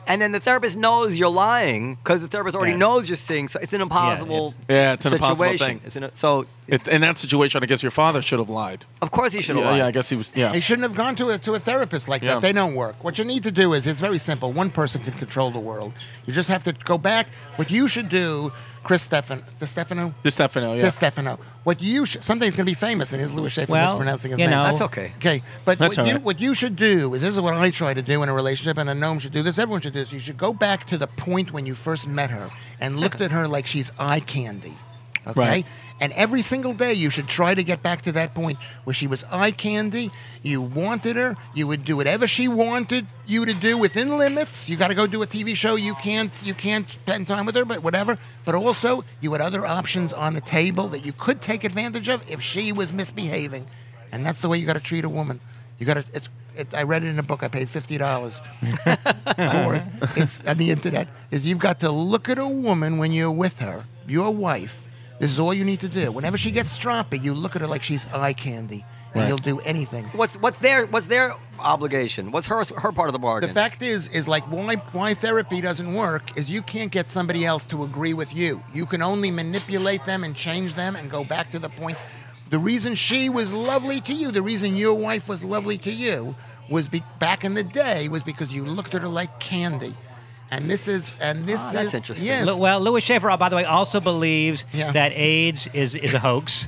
and then the therapist knows you're lying because the therapist already
Yeah.
knows you're seeing. So it's an impossible
it's-
Yeah, it's an
situation.
impossible thing.
It's an- so
It- in that situation, I guess your father should have lied.
of course he should have
Yeah,
lied.
yeah, I guess he was. Yeah.
They shouldn't have gone to a, to a therapist like
Yeah.
that. They don't work. What you need to do is it's very simple. One person can control the world. You just have to go back. What you should do, Chris Stefan, the Stefano,
Di Stefano. Yeah.
the Stefano. What you should something's going to be famous, and is Louis Schaefer
Well,
mispronouncing his
you
name?
know.
That's okay.
Okay, but
That's
what
all
you,
right.
what you should do is this is what I try to do in a relationship, and a gnome should do this. Everyone should do this. You should go back to the point when you first met her and looked at her like she's eye candy. Okay,
Right.
and every single day you should try to get back to that point where she was eye candy. You wanted her. You would do whatever she wanted you to do within limits. You got to go do a TV show. You can't you can't spend time with her, but whatever. But also you had other options on the table that you could take advantage of if she was misbehaving, and that's the way you got to treat a woman. You got to. It's. It, I read it in a book. I paid fifty dollars for it is on the internet is you've got to look at a woman when you're with her, your wife. This is all you need to do. Whenever she gets stroppy, you look at her like she's eye candy, and
Right.
you'll do anything.
What's what's their what's their obligation? What's her her part of the bargain?
The fact is, is like why why therapy doesn't work is you can't get somebody else to agree with you. You can only manipulate them and change them and go back to the point. The reason she was lovely to you, the reason your wife was lovely to you, was be, back in the day was because you looked at her like candy. And this is and this
Ah, that's
is
interesting.
Yes,
Lu- Well, Louis Schaefer, uh, by the way, also believes
Yeah.
that AIDS is, is a hoax.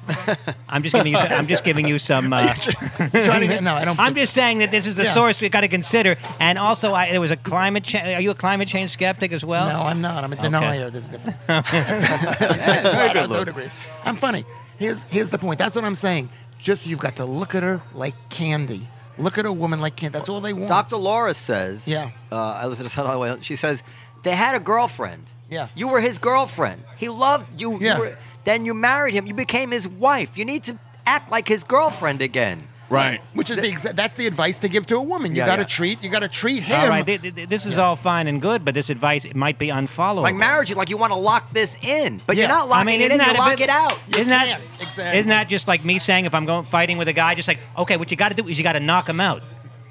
I'm just giving you. Some, I'm just giving you some. Uh,
trying to get, no, I don't.
I'm just saying that this is the
Yeah.
source we've got to consider. And also, I, there was a climate change. Are you a climate change skeptic as well?
No, I'm not. I'm a denier. There's a difference. Very good, Louis. I'm funny. Here's here's the point. That's what I'm saying. Just you've got to look at her like candy. Look at a woman like candy. That's all they want.
Dr. Laura says,
Yeah.
uh, I listened to Sunday Way. She says, they had a girlfriend.
Yeah.
You were his girlfriend. He loved you. you
Yeah.
were, then you married him. You became his wife. You need to act like his girlfriend again.
Right.
Which is the exa- that's the advice to give to a woman. You
Yeah,
got to
yeah.
treat. You got to treat him.
All right, th- th- th- this is all fine and good, but this advice it might be unfollowable.
Like marriage, you like you want to lock this in, but
Yeah.
you're not locking
I mean,
it
isn't
in.
that
You
a
lock
bit-
it out.
Isn't that
can't, exactly.
Isn't that just like me saying if I'm going fighting with a guy, just like okay, what you got to do is you got to knock him out.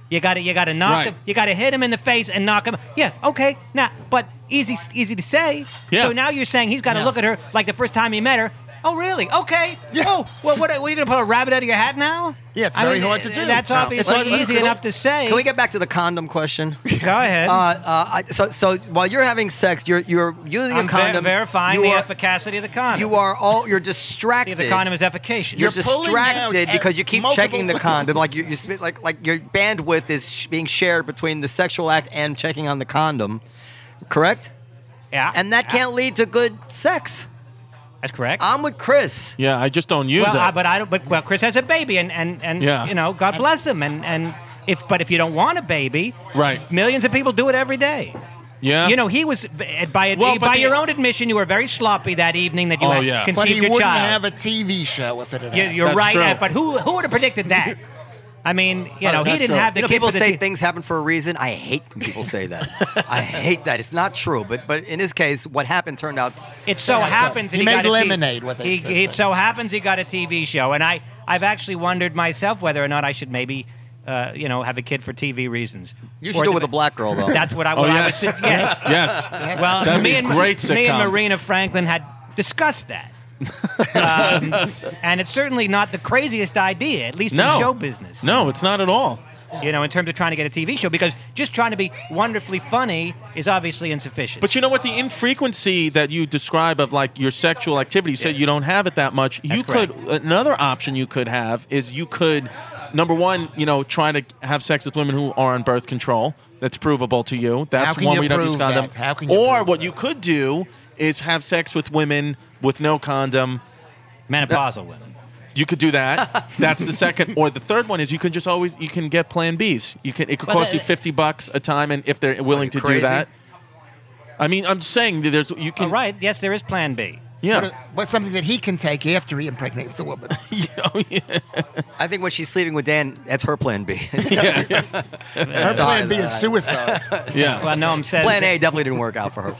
You got to you got to knock
Right.
him. You got to hit him in the face and knock him. Yeah, okay. Now, but easy easy to say.
Yeah.
So now you're saying he's got to
Yeah.
look at her like the first time he met her. Oh really? Okay.
Yeah.
Oh well, what, what are you gonna put a rabbit out of your hat now?
Yeah, it's very hard to do.
That's
No.
obviously
It's hard-
easy
can we-
enough to say.
Can we get back to the condom question?
Go ahead.
Uh, uh, I, so, so while you're having sex, you're you're using
I'm
a
ver-
condom.
verifying
you
the
are,
efficacious efficacy of the condom.
You are all you're
See
distracted.
if the condom is efficacious.
you're
You're pulling out
distracted
at
because you keep
multiple
checking the
times.
condom. Like you, you spit, like like your bandwidth is sh- being shared between the sexual act and checking on the condom, correct?
yeah,
And that can't Ah. lead to good sex.
that's correct.
I'm with Chris.
Yeah, I just don't use
Well,
it.
I, but I don't. But well, Chris has a baby, and and and
Yeah.
you know, God bless him, and and if but if you don't want a baby,
Right.
millions of people do it every day.
Yeah.
You know, he was eh, by
Well, but
by
the-
your own admission, you were very sloppy that evening that you
Oh,
had
yeah. But he
But
conceived
he
your
wouldn't
child.
have a TV show if it had
You-
happened.
You're
That's
right,
true.
uh, but who who would have predicted that? I mean, you know, he
that's
didn't
true.
have the
You know,
kid
people
for the
say
te-
things happen for a reason. I hate when people say that. I hate that. It's not true. But but in his case, what happened turned out.
It so happens that
He
he
made
got a
lemonade
T-
with it,
he,
so-
It so happens he got a TV show, and I I've actually wondered myself whether or not I should maybe. Uh, you know, have a kid for TV reasons.
You
Or
should do it
to-
with a black girl though.
That's what I,
Oh
what I
yes,
was. Yes.
yes.
Well,
That'd
me
be
and
great
me and
sitcom.
Marina Franklin had discussed that, um, and it's certainly not the craziest idea, at least
No
in show business.
No, it's not at all.
you know, in terms of trying to get a TV show, because just trying to be wonderfully funny is obviously insufficient.
But you know what? The infrequency that you describe of like your sexual activity, you said you don't have it that much. you
correct.
could another option you could have is you could number one, you know, try to have sex with women who are on birth control. That's provable to you. That's
can
one
you
way don't use
prove
condom.
that? How can you
or
prove
what
that?
you could do is have sex with women with no condom.
menopausal women.
You could do that. That's the second, or the third one is you can just always you can get Plan Bs. You can it could
But
cost
the-
you fifty bucks a time, and if they're
you
willing to
crazy?
do that, I mean, I'm saying that there's you can
All Oh, right. Yes, there is Plan B.
yeah.
But, but something that he can take after he impregnates the woman.
Oh, yeah.
I think when she's sleeping with Dan, that's her plan B.
yeah, yeah,
Sorry,
Her plan B is
uh,
suicide.
yeah.
Well, no, I'm saying
plan A definitely didn't work out for her.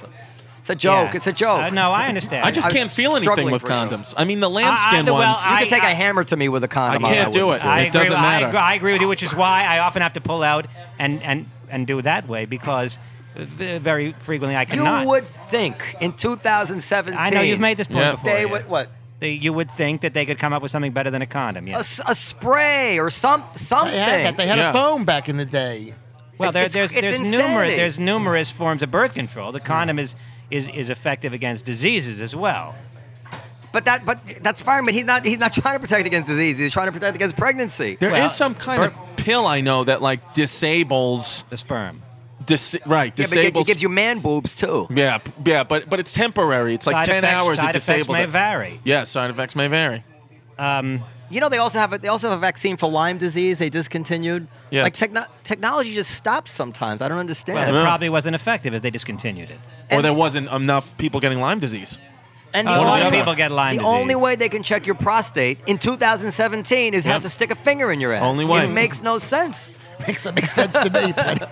It's a joke.
Yeah.
It's a joke.
Uh, no, I understand.
I just
I was
can't feel anything
struggling
with
for you.
condoms. I mean, the
I-
lambskin
well,
ones.
you
I-
could take a
I-
hammer to me with a condom.
I
on,
can't do
wouldn't
it.
feel
I agree,
doesn't
with- I
matter.
agree, I agree with you, which is why I often have to pull out and and and do it that way because v- very frequently I
You
cannot.
would think in 2017.
I know you've made this point
Yeah.
before.
They
yeah.
would what?
They- you would think that they could come up with something better than a condom.
A,
Yeah.
s- a spray or some something.
They had that. They had
Yeah.
a phone back in the day.
Well,
It's-
there,
it's-
there's
it's
there's numerous
insanity.
there's numerous forms of birth control. The condom is is is effective against diseases as well.
But that but that's fireman. He's not he's not trying to protect against disease. He's trying to protect against pregnancy.
There is
Well,
some kind of pill I know that like disables,
The sperm.
dis- right?
yeah, but it, it
Disables.
gives you man boobs too.
yeah, p- yeah, but but it's temporary. It's like
Side
ten
effects-
hours.
side
it
effects
disables.
may
it.
vary.
Yeah, side effects may vary.
You know they also have a, they also have a vaccine for Lyme disease. They discontinued.
Yeah.
Like techno- technology just stops sometimes. I don't understand.
Well, it probably wasn't effective if they discontinued it.
or
And-
there wasn't enough people getting Lyme disease.
and
a
the
lot
only-
of people get Lyme
The
disease.
only way they can check your prostate in 2017 is have
Yep.
to stick a finger in your ass.
Only way.
It makes no sense.
Makes makes sense to me. But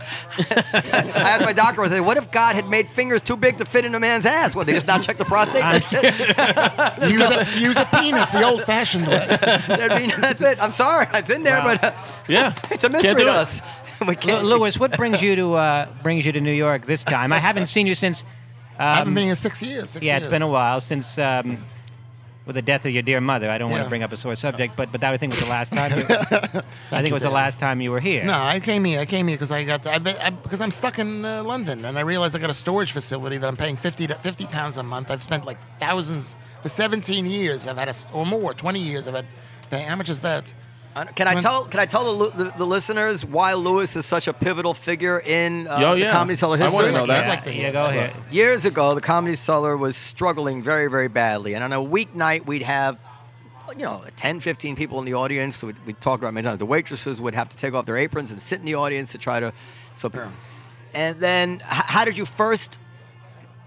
I asked my doctor, I said, what if God had made fingers too big to fit in a man's ass? Would they just not check the prostate? That's it.
use, a, use a penis the old-fashioned way.
That'd be- that's it. I'm sorry. It's in there,
Wow.
but uh,
Yeah,
it's a mystery
Can't do
to
it.
us. We
Lu-
can't.
Louis, what brings you to uh, brings you to New York this time? I haven't seen you since.
I haven't been in six years. six
Um, Yeah, it's
years.
been a while since. Um, with the death of your dear mother, I don't want to
Yeah.
bring up a sore subject, but but that I think was the last time. You, I think it was the last time you were here.
No, I came here. I came here because I got I, bet- I, because I'm stuck in uh, London, and I realized I got a storage facility that I'm paying fifty to, fifty pounds a month. I've spent like thousands for seventeen years. I've had a, s- or more, twenty years. I've had. pay- How much is that?
Uh, Can I tell? Can I tell the, lu- the, the listeners why Lewis is such a pivotal figure in uh,
Yo,
the
Oh, yeah.
comedy cellar
I wanna
history?
know that.
yeah,
I'd like to hear
yeah, go
that.
ahead.
Years ago, the comedy cellar was struggling very, very badly, and on a weeknight we'd have. You know, 10, 15 people in the audience. We, we talked about many times. The waitresses would have to take off their aprons and sit in the audience to try to. So, and then, h- how did you first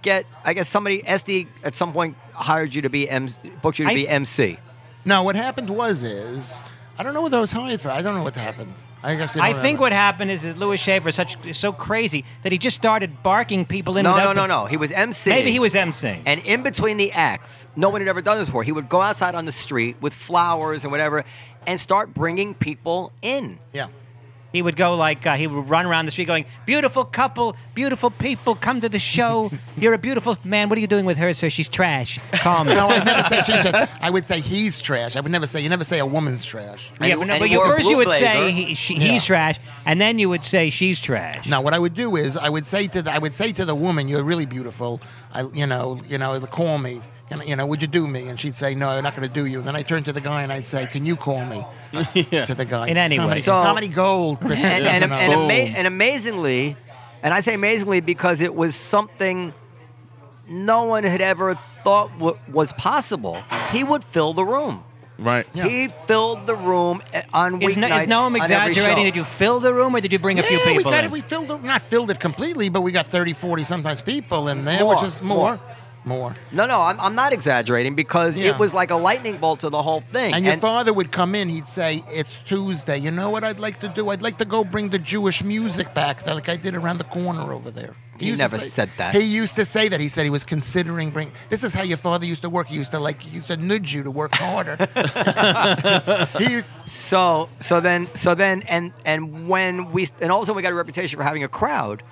get? I guess somebody SD at some point hired you to be M, booked you to
I-
be MC.
No, what happened was is I don't know what I was hired for. I don't know what happened. I actually. Don't
I think
remember.
what happened is that Louis Schaefer is such is so crazy that he just started barking people in.
No, no,
without-
no, no. He was MC.
Maybe he was emceeing.
And in between the acts, no one had ever done this before. He would go outside on the street with flowers and whatever and start bringing people in.
Yeah.
He would go like uh, he would run around the street going, "Beautiful couple, beautiful people, come to the show. You're a beautiful man. What are you doing with her, sir? She's trash. Calm."
No, I never said she's just. I would say he's trash. I would never say you never say a woman's trash.
Yeah,
And-
but, no,
and
but
he
you-
wore a
first
blue
you would
blazer.
say he, she,
Yeah.
he's trash, and then you would say she's trash.
Now, what I would do is I would say to the I would say to the woman, "You're really beautiful. I, you know, you know, call me. Can I- You know, would you do me?" And she'd say, "No, I'm not going to do you." And then I turn to the guy and I'd say, "Can you call me?" To the guy
In any way.
Comedy-
So-
comedy gold. Chris
and, and, and,
Stefano.
and, ama-
Boom.
and amazingly, and I say amazingly because it was something no one had ever thought w- was possible. He would fill the room.
Right.
Yeah.
He filled the room eh, on
Is, no,
weeknights.
is Noam
on every
exaggerating?
show.
Did you fill the room or did you bring a few
yeah, we
people
got
in?
it. We filled it, not filled it completely, but we got 30, 40 sometimes people in there,
More,
which is more, more.
No, no, I'm, I'm not exaggerating because
Yeah.
it was like a lightning bolt to the whole thing.
And your father would come in. He'd say, "It's Tuesday. You know what I'd like to do? I'd like to go bring the Jewish music back, like I did around the corner over there."
He
used to
never
say-
said that.
He used to say that. He said he was considering bring. This is how your father used to work. He used to like he used to nudge you to work harder. he used,
So so then so then and and when we and also we got a reputation for having a crowd,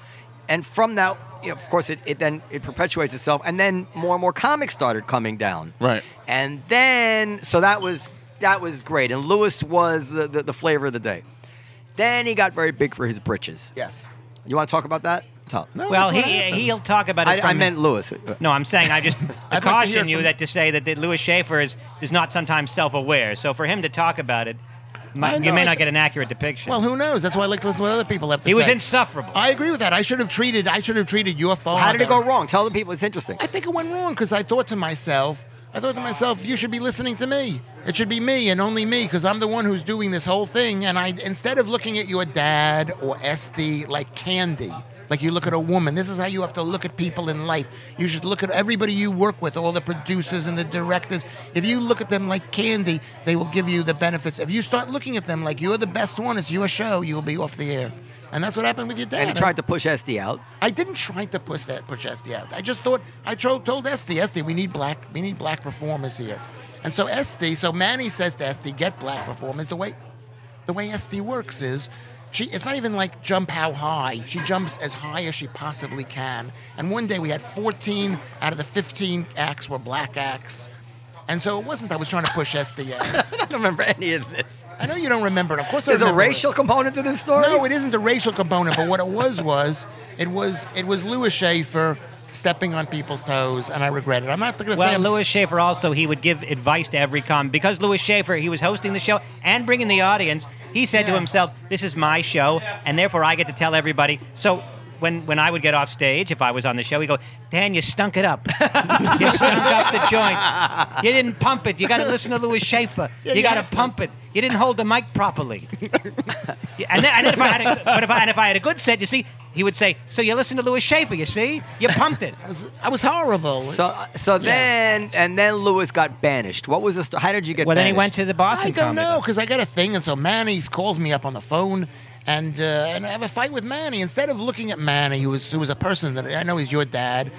and from that, you know, of course, it, it then it perpetuates itself, and then more and more comics started coming down.
Right.
And then so that was that was great, and Lewis was the the, the flavor of the day. Then he got very big for his britches.
yes.
You want to talk about that? Tom?
No,
well,
that's
he
what happened.
he'll talk about it.
I,
from
I meant Lewis.
No, I'm saying I just
I'd like to
caution
hear
you
from-
that to say that, that Louis Schaefer is is not sometimes self-aware. So for him to talk about it,
I
might, you
know,
may
I
not
th-
get an accurate depiction.
Well, who knows? That's why I like to listen to what other people have to
he
say.
was insufferable.
I agree with that. I should have treated. I should have treated your father.
How did it go wrong? Tell the people. It's interesting.
I think it went wrong because I thought to myself, I thought to myself, you should be listening to me. It should be me and only me because I'm the one who's doing this whole thing. And I, instead of looking at your dad or Esty like candy, like you look at a woman, this is how you have to look at people in life. You should look at everybody you work with, all the producers and the directors. If you look at them like candy, they will give you the benefits. If you start looking at them like you're the best one, it's your show, you will be off the air. And that's what happened with your dad.
And he tried to push SD out.
I didn't try to push that push Esty out. I just thought I told, told Esty, Esty, we need black we need black performers here. And so Esty, so Manny says to Esty, get black performers. The way the way Esty works is she it's not even like jump how high. She jumps as high as she possibly can. And one day we had 14 out of the 15 acts were black acts. And so it wasn't I was trying to push Esty out.
I don't remember any of this.
I know you don't remember it. Of course I
There's a
remember it.
racial component to this story.
No, it isn't the racial component, but what it was was it was it was Louis Schaefer stepping on people's toes, and I regret it. I'm not going to say
Well,
I'm s-
Louis Schaefer also he would give advice to every com because Louis Schaefer he was hosting the show and bringing the audience. He said to
Yeah.
himself, "This is my show, and therefore I get to tell everybody." So. When, when I would get off stage, if I was on the show, he'd go, Dan, you stunk it up. you stunk up the joint. You didn't pump it. You got to listen to Louis Schaefer.
Yeah,
you
you
got to
have to.
pump it. You didn't hold the mic properly. Yeah, and then, and then if I had a, but if I, and if I had a good set, you see, he would say, so you listen to Louis Schaefer, you see? You pumped it.
I was, I was horrible.
So, so then, and then Lewis got banished. What was the story? How did you get
Well, then he
banished?
went to the Boston
I don't
Comedy
know because I got a thing, and so Manny calls me up on the phone, and uh, and I have a fight with Manny. Instead of looking at Manny, who was who was a person that I know he's your dad,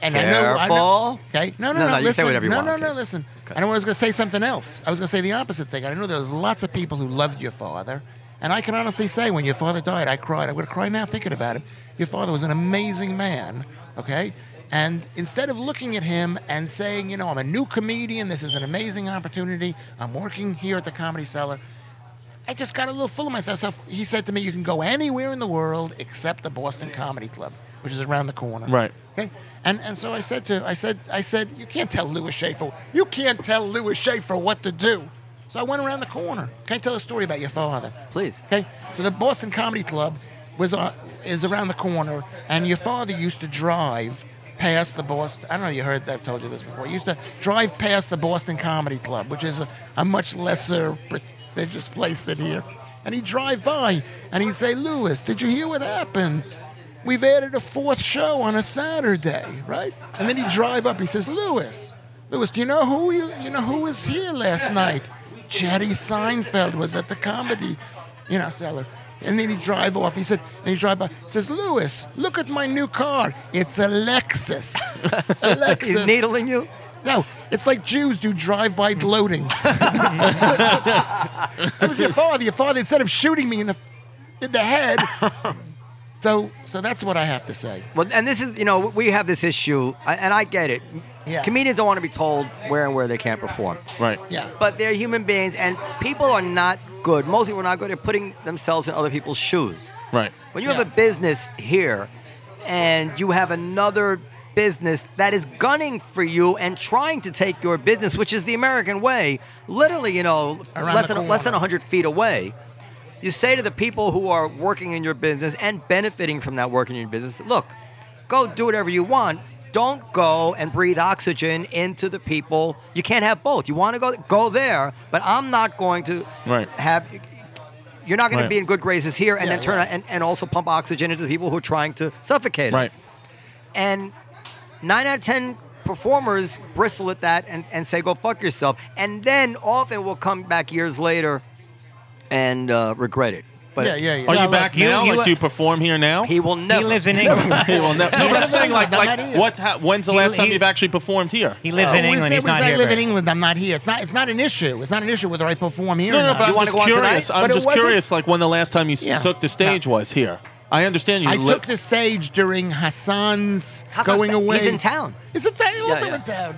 and I know, I know
Careful.
okay, no, no,
No,
no,
no, you say
listen,
whatever you
no,
want,
no,
okay.
no, listen. And I was going to say something else. I was going to say the opposite thing. I knew there was lots of people who loved your father, and I can honestly say when your father died, I cried. I would cry now thinking about it. Your father was an amazing man. Okay. And instead of looking at him and saying, you know, I'm a new comedian, this is an amazing opportunity, I'm working here at the Comedy Cellar, I just got a little full of myself. He said to me, "You can go anywhere in the world except the Boston Comedy Club, which is around the corner."
Right.
Okay. And and so I said to I said I said you can't tell Louis Schaefer you can't tell Louis Schaefer what to do. So I went around the corner. Can I tell a story about your father?
Please.
Okay. So the Boston Comedy Club was uh, is around the corner, and your father used to drive past the Boston. I don't know. You heard I've told you this before. He used to drive past the Boston Comedy Club, which is a, a much lesser prestigious place than here. And he'd drive by, and he'd say, "Louis, did you hear what happened?" We've added a fourth show on a Saturday, right? And then he'd drive up. He says, "Louis, Louis, do you know who you, you know who was here last night? Jerry Seinfeld was at the comedy, you know, cellar. And then he'd drive off. He said, and he'd drive by. He says, Louis, look at my new car. It's a Lexus. A
He's
Lexus.
needling you.
No, it's like Jews do drive-by loadings. it was your father. Your father, instead of shooting me in the in the head. So, so that's what I have to say.
Well, and this is, you know, we have this issue, I- and I get it.
Yeah.
Comedians don't want to be told where and where they can't perform.
Right.
Yeah.
But they're human beings, and people are not good. Most people are not good at putting themselves in other people's shoes.
Right.
When you
Yeah.
have a business here, and you have another business that is gunning for you and trying to take your business, which is the American way, literally, you know,
Around
less
the
than
corner.
less than hundred feet away. You say to the people who are working in your business and benefiting from that work in your business, look, go do whatever you want. Don't go and breathe oxygen into the people. You can't have both. You want to go go there, but I'm not going to
Right.
have. You're not going
Right.
to be in good graces here, and
Yeah,
then turn
yeah.
out and, and also pump oxygen into the people who are trying to suffocate
Right.
us. And nine out of ten performers bristle at that and, and say, "Go fuck yourself," and then often will come back years later and uh, regret it. But
yeah, yeah, yeah.
Are
No,
you
look,
back
you-
now?
you-
like, do you perform here now?
he will never.
He lives in England.
He will never. No, but I'm saying like,
I'm
like
not here.
what's ha- when's the
He-
last time
he-
you've actually performed here?
He lives in
Who
England.
said,
He's not
I
here.
live in
Greg.
England. I'm not here. It's not. It's not an issue. It's not an issue whether I perform here.
No,
or
no,
not.
but
You
I'm
wanna
just
go out
curious.
tonight?
I'm
But it
just
wasn't-
curious, like when the last time you s-
Yeah.
took the stage was here. I understand you.
I
li-
took the stage during Hassan's,
Hassan's
going
ba-
away.
he's in town.
He's in town. He also
yeah.
in town.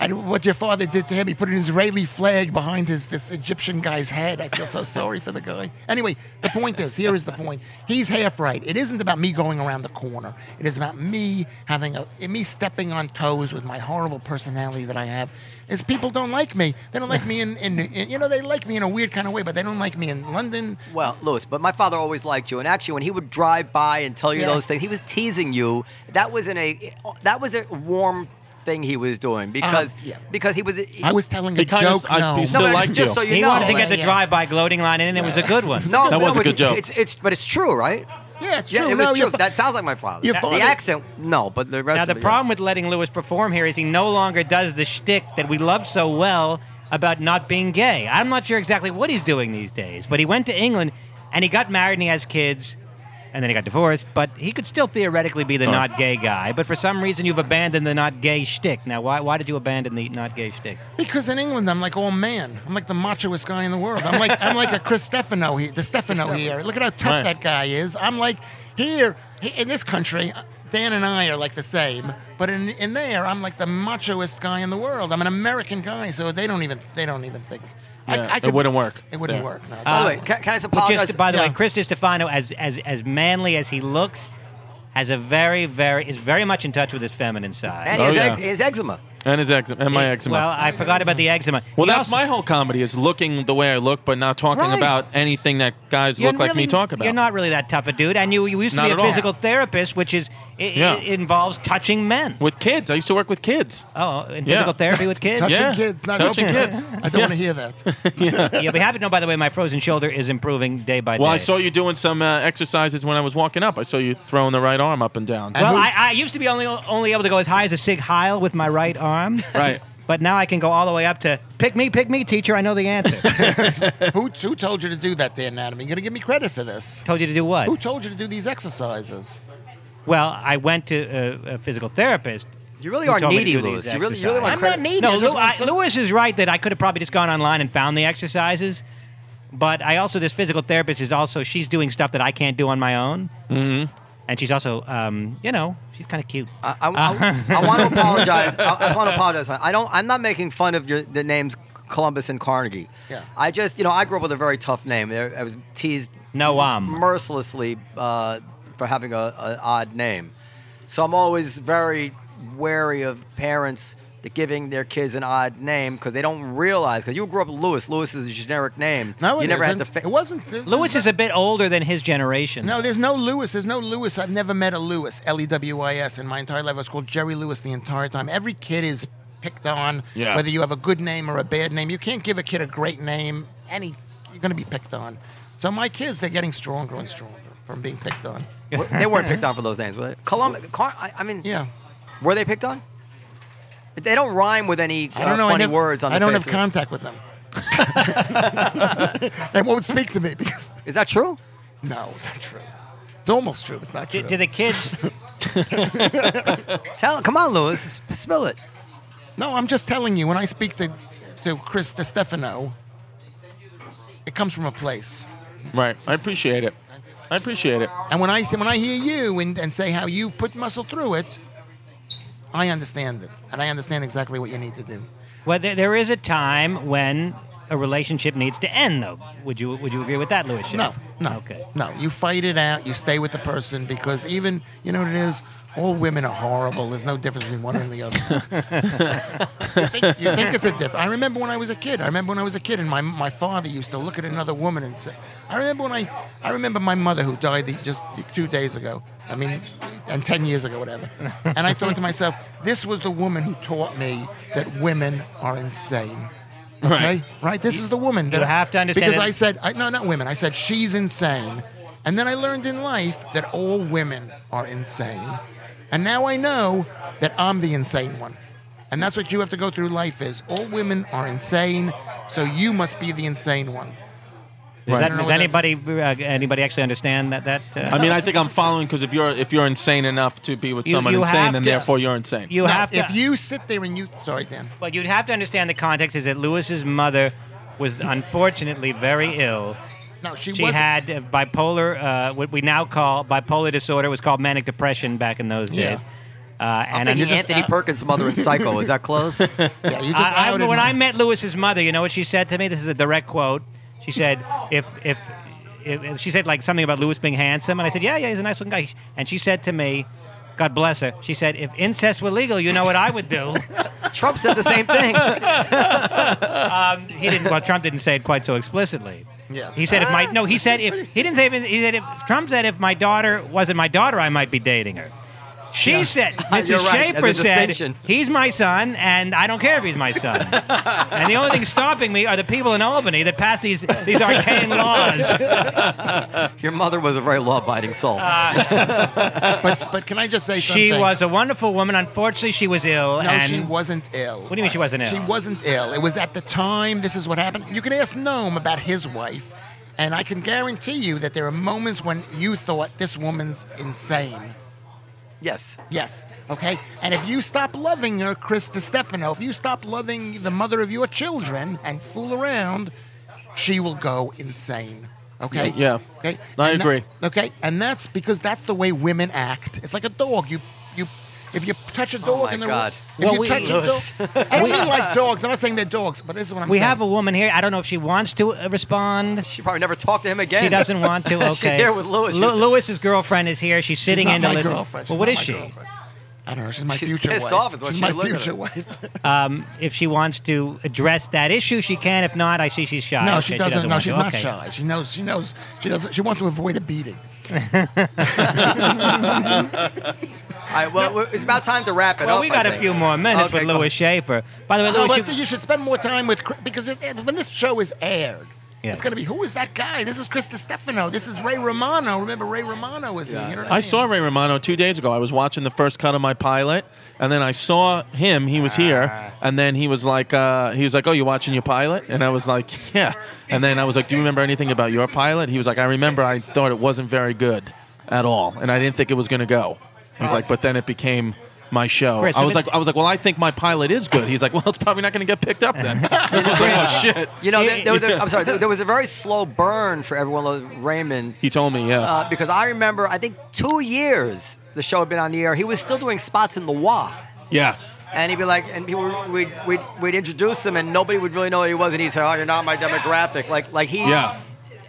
And what your father did to him, he put an Israeli flag behind his this Egyptian guy's head. I feel so sorry for the guy. Anyway, the point is, here is the point. He's half right. It isn't about me going around the corner. It is about me having a me stepping on toes with my horrible personality that I have. Is people don't like me. They don't like me in, in, in you know they like me in a weird kind of way, but they don't like me in London.
Well, Louis, but my father always liked you, and actually, when he would drive by and tell you
Yeah.
those things, he was teasing you. That was in a that was a warm thing he was doing because
yeah.
because he was. He,
I was telling a
He kinda
joke.
s- I-
no.
he
no,
still
but
liked
just
you.
so you
He
know.
wanted to get
Yeah,
the
yeah.
drive-by gloating line in, and it was a good one.
no,
That
no,
was a
it-
good joke.
It's it's but it's true, right?
yeah, it's true.
Yeah, it was
no, you're
true.
fi-
That sounds like my father.
Your
the
father-
accent, no, but the rest.
Now
of
the
it, yeah.
problem with letting Lewis perform here is he no longer does the shtick that we love so well about not being gay. I'm not sure exactly what he's doing these days, but he went to England and he got married and he has kids, and then he got divorced. But he could still theoretically be the not gay guy. But for some reason, you've abandoned the not gay shtick. Now, why why did you abandon the not gay shtick?
Because in England, I'm like all man. I'm like the machoest guy in the world. I'm like I'm like a Chris Stefano here. The Stefano here. Look at how tough
Right.
that guy is. I'm like here he- in this country. Dan and I are like the same, but in in there, I'm like the machoest guy in the world. I'm an American guy, so they don't even they don't even think.
Yeah, it wouldn't work.
It wouldn't
Yeah.
work. No.
By the way, can, can I just
But
apologize?
just uh, by the way,
yeah.
Chris DiStefano, as as as manly as he looks, has a very very is very much in touch with his feminine side.
and
Oh,
his,
yeah.
ex- his eczema.
and his eczema and my eczema.
Well,
Well,
I forgot about the eczema. He
that's
also-
my whole comedy is looking the way I look, but not talking
Right.
about anything that guys
You're
look like me
really-
talk about.
You're not really that tough a dude, and you, you used to
Not
be
at
a
all.
physical therapist, which is it,
Yeah.
it involves touching men.
with kids. I used to work with kids.
Oh, in
Yeah.
physical therapy with kids.
touching
yeah.
kids, not
Touching
helping.
kids.
I don't want to hear that.
You'll be happy to know, by the way, my frozen shoulder is improving day by day.
Well, I saw you doing some uh, exercises when I was walking up. I saw you throwing the right arm up and down.
And
Well,
who-
I, I used to be only only able to go as high as a Sig Heil with my right arm.
Right.
But now I can go all the way up to pick me, pick me, teacher. I know the answer.
who who told you to do that, Dan Adam? You're gonna give me credit for this.
Told you to do what?
Who told you to do these exercises?
Well, I went to a, a physical therapist.
You really
who
are
told me to
needy,
do these
Louis. You really, you really
exercises.
want
I'm
credit.
not needy.
No,
I just
Lew-
want
I,
some-
Lewis is right that I could have probably just gone online and found the exercises. But I also, this physical therapist is also, she's doing stuff that I can't do on my own. Mm-hmm. And she's also, um, you know, she's kind of cute.
I, I, I, I want to apologize. I, I want to apologize. I don't. I'm not making fun of your the names Columbus and Carnegie.
Yeah.
I just, you know, I grew up with a very tough name. There- I was teased
no, um.
mercilessly uh, for having a, a odd name, so I'm always very wary of parents that giving their kids an odd name because they don't realize. Because you grew up with Lewis. Lewis is a generic name.
No, it
you never
isn't.
had to. Fa-
it wasn't. th-
Lewis is a bit older than his generation.
No, there's no Lewis. There's no Lewis. I've never met a Lewis, L E W I S, in my entire life. I was called Jerry Lewis the entire time. Every kid is picked on,
Yeah.
whether you have a good name or a bad name. You can't give a kid a great name. Any, you're going to be picked on. So my kids, they're getting stronger and stronger from being picked on.
they weren't picked on for those names, were they? Columbus. Car- I, I mean,
Yeah.
Were they picked on? They don't rhyme with any
I don't
uh,
know. I
funny
nev-
words on the
I don't
face
have
of it.
contact with them. they won't speak to me because
Is that true?
no, it's not true. It's almost true. It's not true.
Do, do the kids?
Tell, come on, Louis, s- spill it.
No, I'm just telling you. When I speak to to Chris DeStefano, it comes from a place.
Right. I appreciate it. I appreciate it.
And when I say- when I hear you and, and say how you put muscle through it, I understand it, and I understand exactly what you need to do.
well, there, there is a time when a relationship needs to end, though. Would you Would you agree with that, Louis? Schiff?
No, no.
Okay.
No, you fight it out. You stay with the person because even you know what it is. All women are horrible. There's no difference between one and the other. you, think, you think it's a difference. I remember when I was a kid. I remember when I was a kid, and my, my father used to look at another woman and say, "I remember when I I remember my mother who died the, just two days ago. I mean, and ten years ago, whatever." And I thought to myself, "This was the woman who taught me that women are insane." Okay, right. This is the woman. That
you have to understand
because
it-
I said I, no, not women. I said she's insane, and then I learned in life that all women are insane, and now I know that I'm the insane one, and that's what you have to go through life is all women are insane, so you must be the insane one.
Does,
I
that,
don't know
does
what that's-
anybody uh, anybody actually understand that? That uh,
I mean, I think I'm following because if you're if you're insane enough to be with
You-
someone
you
insane,
have
then
to-
therefore you're insane.
you
Now,
have to.
if you sit there and you sorry Dan,
But you'd have to understand the context is that Lewis's mother was unfortunately very ill.
no, she,
She
wasn't.
had uh, bipolar, uh, what we now call bipolar disorder, It was called manic depression back in those
Yeah.
days. Uh, and
You're
thinking
I'm-
just
Anthony
out-
Perkins' mother in Psycho. Is that close?
yeah, you just
I, I,
outed
when
me.
I met Lewis's mother, you know what she said to me? This is a direct quote. She said, if, if, if she said like something about Lewis being handsome, and I said, yeah, yeah, he's a nice looking guy. And she said to me, God bless her. She said, if incest were legal, you know what I would do.
Trump said the same thing.
he didn't. Well, Trump didn't say it quite so explicitly.
Yeah.
He said if my no, he said if he didn't say if, he said if Trump said if my daughter wasn't my daughter, I might be dating her. She said,
You're
Mrs.
right,
Schaefer
as a
said,
distinction.
he's my son, and I don't care if he's my son. and the only thing stopping me are the people in Albany that pass these, these arcane laws.
Your mother was a very law-abiding soul.
Uh,
but but can I just say something?
She was a wonderful woman. Unfortunately, she was ill.
No,
and
she wasn't ill. What
do you mean she wasn't ill?
She wasn't ill. It was at the time. This is what happened. You can ask Noam about his wife, and I can guarantee you that there are moments when you thought this woman's insane.
yes.
Yes. Okay. And if you stop loving her, Chris Stefano, if you stop loving the mother of your children and fool around, she will go insane. Okay.
Yeah.
Okay.
I
And tha-
agree.
okay. And that's because that's the way women act. It's like a dog. You you. If you touch a dog
Oh my
in the
God.
if
Well,
you
we-
touch a dog,
Louis.
I don't mean like dogs. I'm not saying they're dogs, but this is what I'm
we
saying.
have a woman here. I don't know if she wants to uh, respond.
She probably never talked to him again.
She doesn't want to. Okay.
She's here with Louis.
Lu-
She's-
Lewis's girlfriend is here. She's sitting
She's not
in to
my
listen.
girlfriend.
Well,
She's
what
not
is
my
she?
girlfriend. I don't know. She's my
She's
future
pissed
wife.
off is what
she's
she
my
looked at her.
future wife.
If she wants to address that issue, she can. If not, I see she's shy.
No,
Okay,
she doesn't. no,
want
she's
to.
not
Okay.
shy. She knows. She knows. She doesn't. She wants to avoid a beating.
All right, well, we're- it's about time to wrap it
Well,
up.
we got
a
a few more minutes
Okay,
with
go
Louis Schaefer. By the way,
No,
Louis,
but you should spend more time with Chris, because it, it- when this show is aired,
Yeah.
it's going to be who is that guy? This is Chris Stefano. This is Ray Romano. Remember Ray Romano was here. You know what I,
I
mean?
saw Ray Romano two days ago. I was watching the first cut of my pilot, and then I saw him. He was here, and then he was like, uh, he was like, "Oh, you watching your pilot?" And I was like, "Yeah." And then I was like, "Do you remember anything about your pilot?" He was like, "I remember. I thought it wasn't very good at all, and I didn't think it was going to go." He's like, "But then it became." My show.
Chris,
I
if
was
it-
like, I was like, well, I think my pilot is good. He's like, well, it's probably not going to get picked up then. I was like, oh shit.
You know, there,
Yeah.
there- there- I'm sorry. There, there was a very slow burn for everyone. Lo- Raymond,
He told me, yeah.
uh, because I remember, I think two years the show had been on the air. He was still doing spots in the WA,
yeah.
and he'd be like, and people we'd, we'd we'd introduce him, and nobody would really know who he was, and he'd say, "Oh, you're not my demographic." Like like he.
Yeah.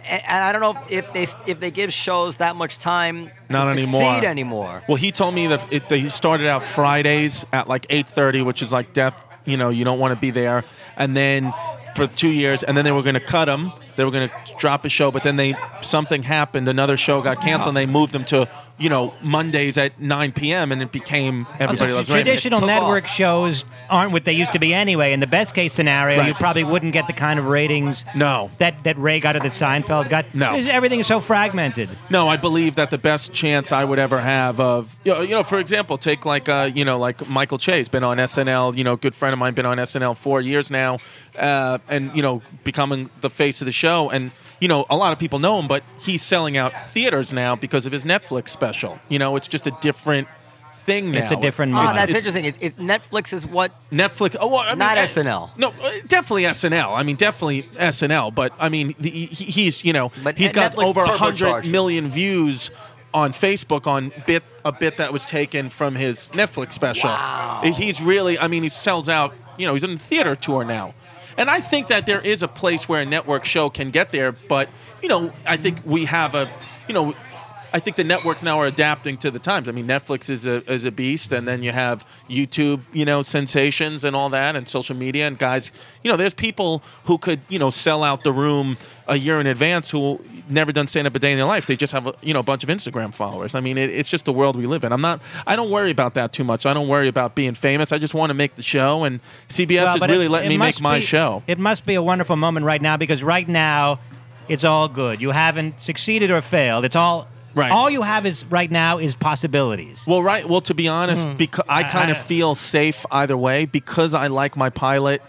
And, and I don't know if they if they give shows that much time to
Not
succeed
anymore.
anymore.
Well, he told me that it, they started out Fridays at like 8:30, which is like death. You know, you don't want to be there. And then for two years, and then they were going to cut him. They were going to drop a show, but then they something happened. Another show got canceled. and They moved them to you know Mondays at 9 p.m. and it became everybody loves Raymond.
traditional
Took off.
network shows aren't what they used to be anyway. In the best case scenario,
Right.
you probably wouldn't get the kind of ratings
No.
that, that Ray got or that Seinfeld got.
No.
Because Everything is so fragmented.
No, I believe that the best chance I would ever have of you know, you know for example, take like uh, you know like Michael Chase, been on SNL, you know, good friend of mine, been on SNL four years now, uh, and you know becoming the face of the show, and you know a lot of people know him, but he's selling out theaters now because of his Netflix special. You know, it's just a different thing now.
It's a different
Oh,
model.
that's
it's-
interesting. It's, it's Netflix is what
Netflix. Oh, well, I mean,
Not
eh,
SNL.
No, eh, definitely SNL. I mean, definitely SNL. But I mean, the, he, he's you know
But
he's got
Netflix
over over
turbocharged.
hundred million views on Facebook on bit a bit that was taken from his Netflix special. He's really. I mean, he sells out. You know, he's on a theater tour now. And I think that there is a place where a network show can get there, but you know, I think we have a, you know, I think the networks now are adapting to the times. I mean, Netflix is a is a beast, and then you have YouTube, you know, sensations and all that, and social media and guys, you know, there's people who could you know sell out the room a year in advance who never done stand up a day in their life. They just have a, you know a bunch of Instagram followers. I mean, it, it's just the world we live in. I'm not. I don't worry about that too much. I don't worry about being famous. I just want to make the show, and CBS
Well,
is
but
really
it-
letting
it
me make
must
my
be-
show.
It must be a wonderful moment right now because right now it's all good. You haven't succeeded or failed. It's all
Right.
All you have is right now is possibilities.
Well, right. Well, to be honest, becau- I kind of
Hmm. I-
feel safe either way because I like my pilot.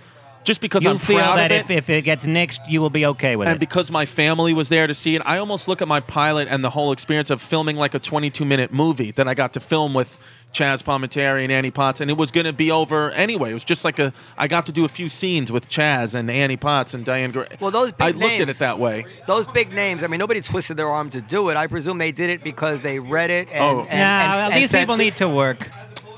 Just because
you
I'm
feel
proud
that
of it,
if, if it gets nixed, you will be okay with
and
it.
because my family was there to see it, I almost look at my pilot and the whole experience of filming like a 22 minute movie that I got to film with Chaz Palminteri and Annie Potts, and it was going to be over anyway. It was just like a I got to do a few scenes with Chaz and Annie Potts and Diane Gray.
Well, those big
I looked at
names-
it that way.
Those big names. I mean, nobody twisted their arm to do it. I presume they did it because they read it. And,
Oh.
and, and-
Nah, well,
and
these
said-
people need to work.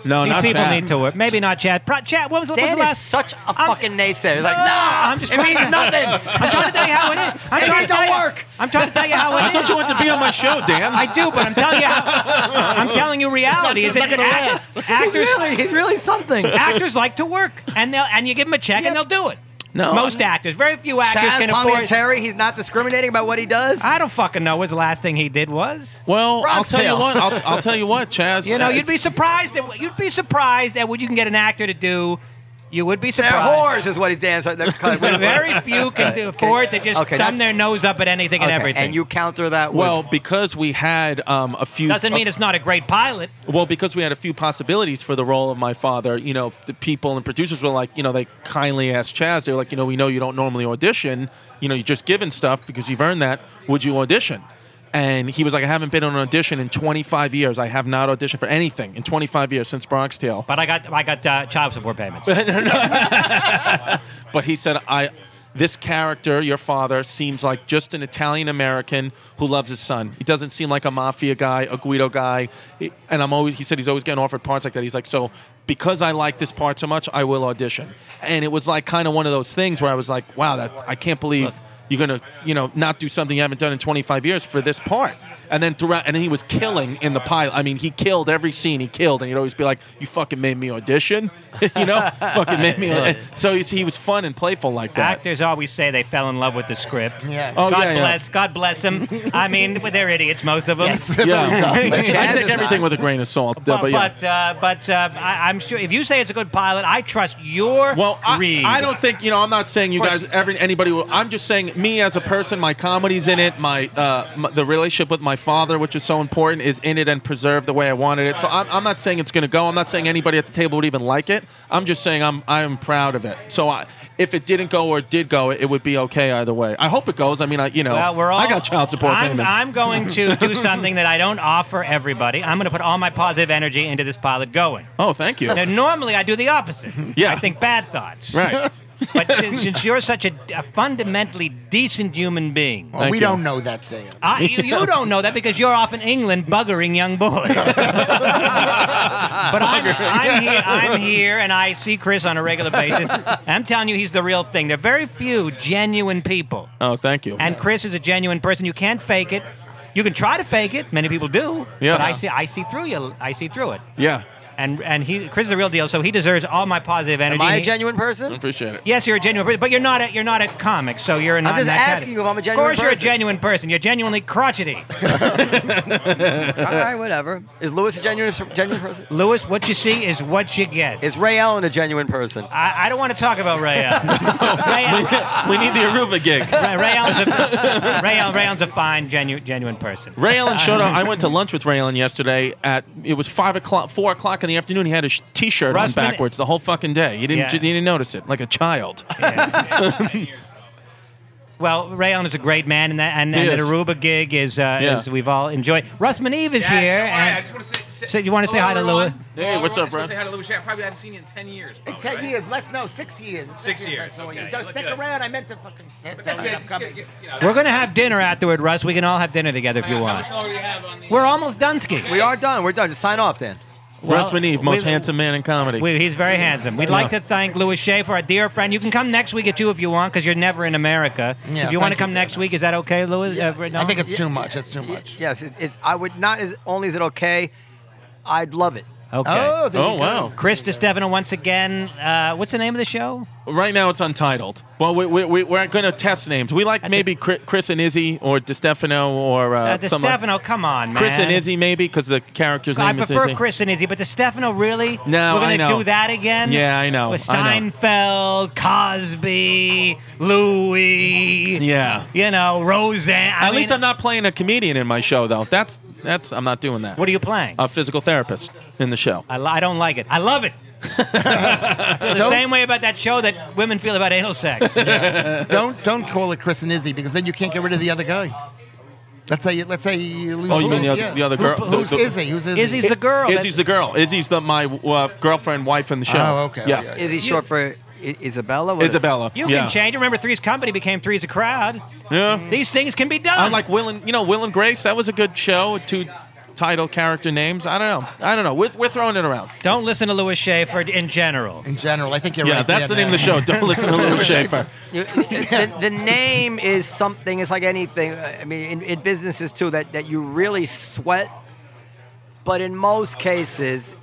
No,
These
Oh, not
people
Chaz.
need to work. Maybe not Chad. Pro- Chad, what was the, what was
Dan
the
is
last?
such a
I'm-
fucking naysayer. He's like,
No,
nah,
I'm just
it
trying
means
to-
nothing.
I'm trying to tell you how it is. I'm
It
trying
needs
to tell
to
you,
work.
I'm trying to tell you how it is.
I thought you wanted to be on my show, Dan.
I do, but I'm telling you, how, I'm telling you, reality
it's
is
not
that
gonna
actors,
last.
He's
actors,
really, he's really something.
actors like to work, and they'll and you give them a check and
Yep.
they'll do it.
No,
most
I'm-
actors, very few actors
Chaz
can afford.
Palminteri, he's not discriminating about what he does.
I don't fucking know what the last thing he did was.
Well, I'll tell
Roxdale.
you what. I'll, I'll tell you what, Chaz.
You know,
uh,
you'd be surprised. At, what- you'd be surprised at what you can get an actor to do. You would be
They're
surprised.
whores, is what he's Dan's.
Very few can do, afford to just
Okay,
thumb
that's-
their nose up at anything and everything.
And you counter that with
Well, because we had um, a few.
doesn't mean
a-
it's not a great pilot.
Well, because we had a few possibilities for the role of my father, you know, the people and producers were like, you know, they kindly asked Chaz, they were like, you know, we know you don't normally audition, you know, you're just given stuff because you've earned that. Would you audition? And he was like, I haven't been on an audition in 25 years. I have not auditioned for anything in 25 years since Bronx Tale.
But I got I got uh, child support payments.
But he said, I, this character, your father, seems like just an Italian American who loves his son. He doesn't seem like a mafia guy, a Guido guy. He- And I'm always, he said he's always getting offered parts like that. He's like, so because I like this part so much, I will audition. And it was like kind of one of those things where I was like, wow, that I can't believe you're gonna, you know, not do something you haven't done in 25 years for this part. And then throughout, and then he was killing in the pilot. I mean, he killed every scene he killed, and he'd always be like, "You fucking made me audition," you know, fucking made me. au- So he's, he was fun and playful like that.
Actors always say they fell in love with the script.
Yeah.
Oh,
God
yeah, yeah.
bless. God bless them. I mean, they're idiots, most of them.
Yes.
Yeah,
Very tough.
Chaz
I
is
take
not.
everything with a grain of salt.
But
but
but,
yeah.
uh, but uh, I, I'm sure if you say it's a good pilot, I trust your
Well, I,
read.
I don't think you know. I'm not saying you
Of course.
guys, every anybody. Will, I'm just saying me as a person. My comedy's in it. My, uh, m the relationship with my father, which is so important, is in it and preserved the way I wanted it. So I'm, I'm not saying it's going to go. I'm not saying anybody at the table would even like it. I'm just saying I'm I'm proud of it. So I, if it didn't go or did go, it, would be okay either way. I hope it goes. I mean, I you know,
Well, Uh, we're all,
I got child support
I'm,
payments.
I'm going to do something that I don't offer everybody. I'm going to put all my positive energy into this pilot going.
oh, thank you.
Now, normally I do the opposite.
Yeah.
I think bad thoughts.
right.
But since, since you're such a, a fundamentally decent human being,
Well, we
you.
don't know that, Dan.
I, you, you don't know that because you're off in England buggering young boys. but I'm, I'm, here, I'm here and I see Chris on a regular basis. I'm telling you, he's the real thing. There are very few genuine people.
Oh, thank you.
And Chris is a genuine person. You can't fake it. You can try to fake it. Many people do.
Yeah.
But I see, I see through you. I see through it.
yeah,
And and he, Chris is the real deal. So he deserves all my positive energy.
Am I
And
a
he-
genuine person?
appreciate it.
Yes, you're a genuine person, but you're not a you're not a comic, so you're not.
I'm just
in that
asking
category.
you if I'm a
Of
genuine
course, you're a
person.
genuine person. You're genuinely crotchety.
All right, whatever. Is Lewis a genuine genuine person?
Lewis, what you see is what you get.
Is Ray Allen a genuine person?
I, I don't want to talk about Ray Allen. Ray, Allen-
we need the Aruba gig.
Ray, Ray Allen's a, Ray, Allen, Ray Allen's a fine, genu, genuine person.
Ray Allen showed up. I went to lunch with Ray Allen yesterday at it was five o'clock, four o'clock in the afternoon. He had his t-shirt on
Russman-
backwards the whole fucking day. He didn't
Yeah.
he didn't notice it like a child.
Well, Ray Allen is a great man, and that and,
He
and that
is.
Aruba gig is, uh,
Yeah.
is we've all enjoyed. Russ Maneve is here.
So, all right, I
and-
just want to say,
So you wanna say
hello,
hi to
everyone.
Louis?
Hey,
Hello,
what's up,
everyone. I just wanna
Russ?
Say hi to Louis. I probably haven't seen you in ten years.
In
Probably,
ten
right?
years, less no, six years. It's
Six
I
years,
saw you.
okay.
Don't
Look
stick
good.
around. I meant to fucking t- tell
That's
you
it.
that I'm
Just gotta
coming.
get, you know,
We're gonna have dinner afterward, Russ. We can all have dinner together if you
how
want.
much longer do you have on the?
We're almost done skiing.
We are done. We're done. Just sign off, Dan.
Russ Maneve, most
we-
handsome man in comedy.
We, he's very handsome. We'd like to thank Louis Schaefer, our dear friend. You can come next week at two if you want, because you're never in America.
Yeah,
if you want to
thank
come
you,
next week, is that okay, Louis? Uh, no?
I think it's too much. It's too much.
Yes, it's, it's. I would not. Is only is it okay? I'd love it.
okay.
Oh, there
oh
you go.
wow!
Chris DeStefano once again. Uh, what's the name of the show?
Right now it's untitled. Well, we, we, we, we're going to test names. We like
That's
maybe Chri- Chris and Izzy or DeStefano or uh,
Uh,
something like-
DeStefano, come on, man.
Chris and Izzy maybe because the character's
I
name is
prefer
Izzy.
Chris and Izzy, but DeStefano, really?
No,
We're gonna
I know.
do that again?
Yeah, I know,
With
I know.
Seinfeld, Cosby, Louis.
Yeah.
You know, Roseanne.
At least I'm not playing a comedian in my show though. That's that's I'm not doing that.
What are you playing?
a physical therapist in the show.
I, li- I don't like it. I love it. I feel the same way about that show that women feel about anal sex.
Don't don't call it Chris and Izzy because then you can't get rid of the other guy. Let's say let's say you lose.
Oh, you mean the,
yeah.
other, the other girl?
Who- who's
the, the-
Izzy? Who's Izzy?
Izzy's the girl. that-
Izzy's the girl. Izzy's the my uh, girlfriend, wife in the show.
Oh, okay.
Yeah.
Yeah, yeah.
Is he short for I- Isabella? What-
Isabella.
you
yeah.
can change. Remember, Three's Company became Three's a Crowd.
Yeah.
These things can be done.
I like Will and you know Will and Grace. That was a good show. with Two title character names. I don't know. I don't know. We're, we're throwing it around.
Don't listen to Louis Schaefer in general.
in general. I think you're
Yeah,
right.
that's the name of the show. Don't listen to Lou Schaefer.
You- the, the name is something. It's like anything. uh, I mean, in, in businesses too, that that you really sweat. But in most cases,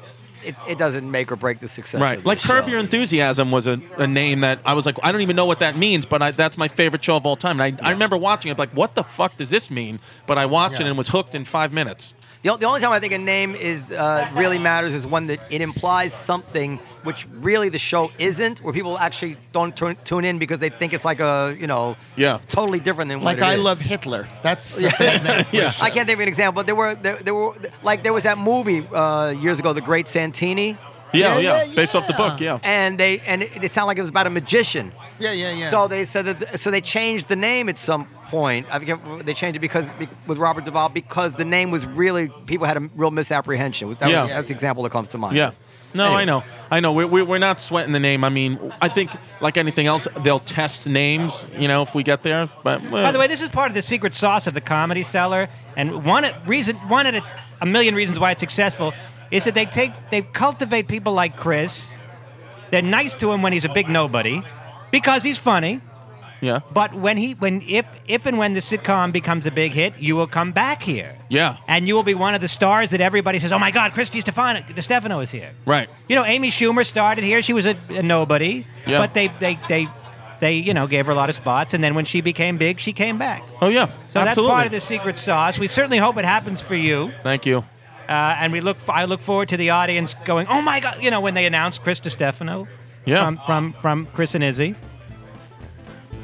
it, it doesn't make or break the success.
Right.
of the
Like Curb
show.
Your Enthusiasm was a, a name that I was like, I don't even know what that means, but I, that's my favorite show of all time. And I, I remember watching it, like, what the fuck does this mean? But I watched it and was hooked in five minutes.
The, o- the only time I think a name is uh, really matters is one that it implies something which really the show isn't, where people actually don't tune, tune in because they think it's like a you know
Yeah.
totally different than what
Like
it
I
is.
love Hitler. That's a bad name for a
Yeah.
show.
I can't think of an example, but there were there, there were like there was that movie uh, years ago, The Great Santini,
Yeah, yeah,
Yeah, yeah,
based off the
yeah.
book, yeah.
and they and it, it sounded like it was about a magician.
Oh. Yeah, yeah, yeah.
So they said that so they changed the name at some point. I forget they changed it because be- with Robert Duvall because the name was really people had a real misapprehension. That
Yeah.
was, that's the example that comes to mind.
Yeah. No,
Anyway.
I know. I know. We're, we're, we're not sweating the name. I mean, I think, like anything else, they'll test names, you know, if we get there. But
By the way, this is part of the secret sauce of the comedy seller, and one reason, one of a, a million reasons why it's successful is that they take, they cultivate people like Chris. They're nice to him when he's a big nobody, because he's funny.
yeah.
But when he, when if, if and when the sitcom becomes a big hit, you will come back here.
Yeah.
And you will be one of the stars that everybody says, "Oh my God, Christy Stefano, Stefano is here."
Right.
You know, Amy Schumer started here. She was a, a nobody,
Yeah.
but they, they, they, they, you know, gave her a lot of spots. And then when she became big, she came back.
Oh, yeah.
So
Absolutely.
that's part of the secret sauce. We certainly hope it happens for you,
Thank you.
uh, and we look. f I look forward to the audience going, "Oh my God!" You know, when they announce Chris DiStefano
Yeah.
from, from from Chris and Izzy,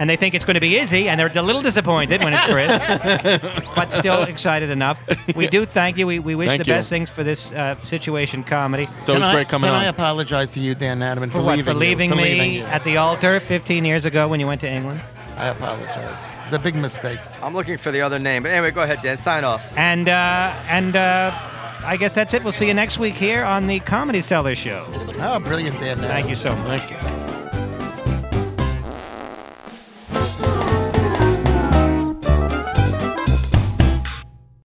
and they think it's going to be Izzy, and they're a little disappointed when it's Chris, but still excited enough. We do thank you. We, we wish
Thank
the
you.
best things for this uh, situation comedy.
it's always
Can I-
great coming
can
on.
I apologize to you, Dan Adaman, for,
For what?
leaving
For leaving
you, for
me
leaving you.
at the altar 15 years ago when you went to England.
I apologize. It's a big mistake.
I'm looking for the other name. But anyway, go ahead, Dan. Sign off.
And uh, and uh, I guess that's it. We'll see you next week here on the Comedy Cellar Show.
Oh, brilliant, Dan. Adaman.
Thank you so much.
Thank you.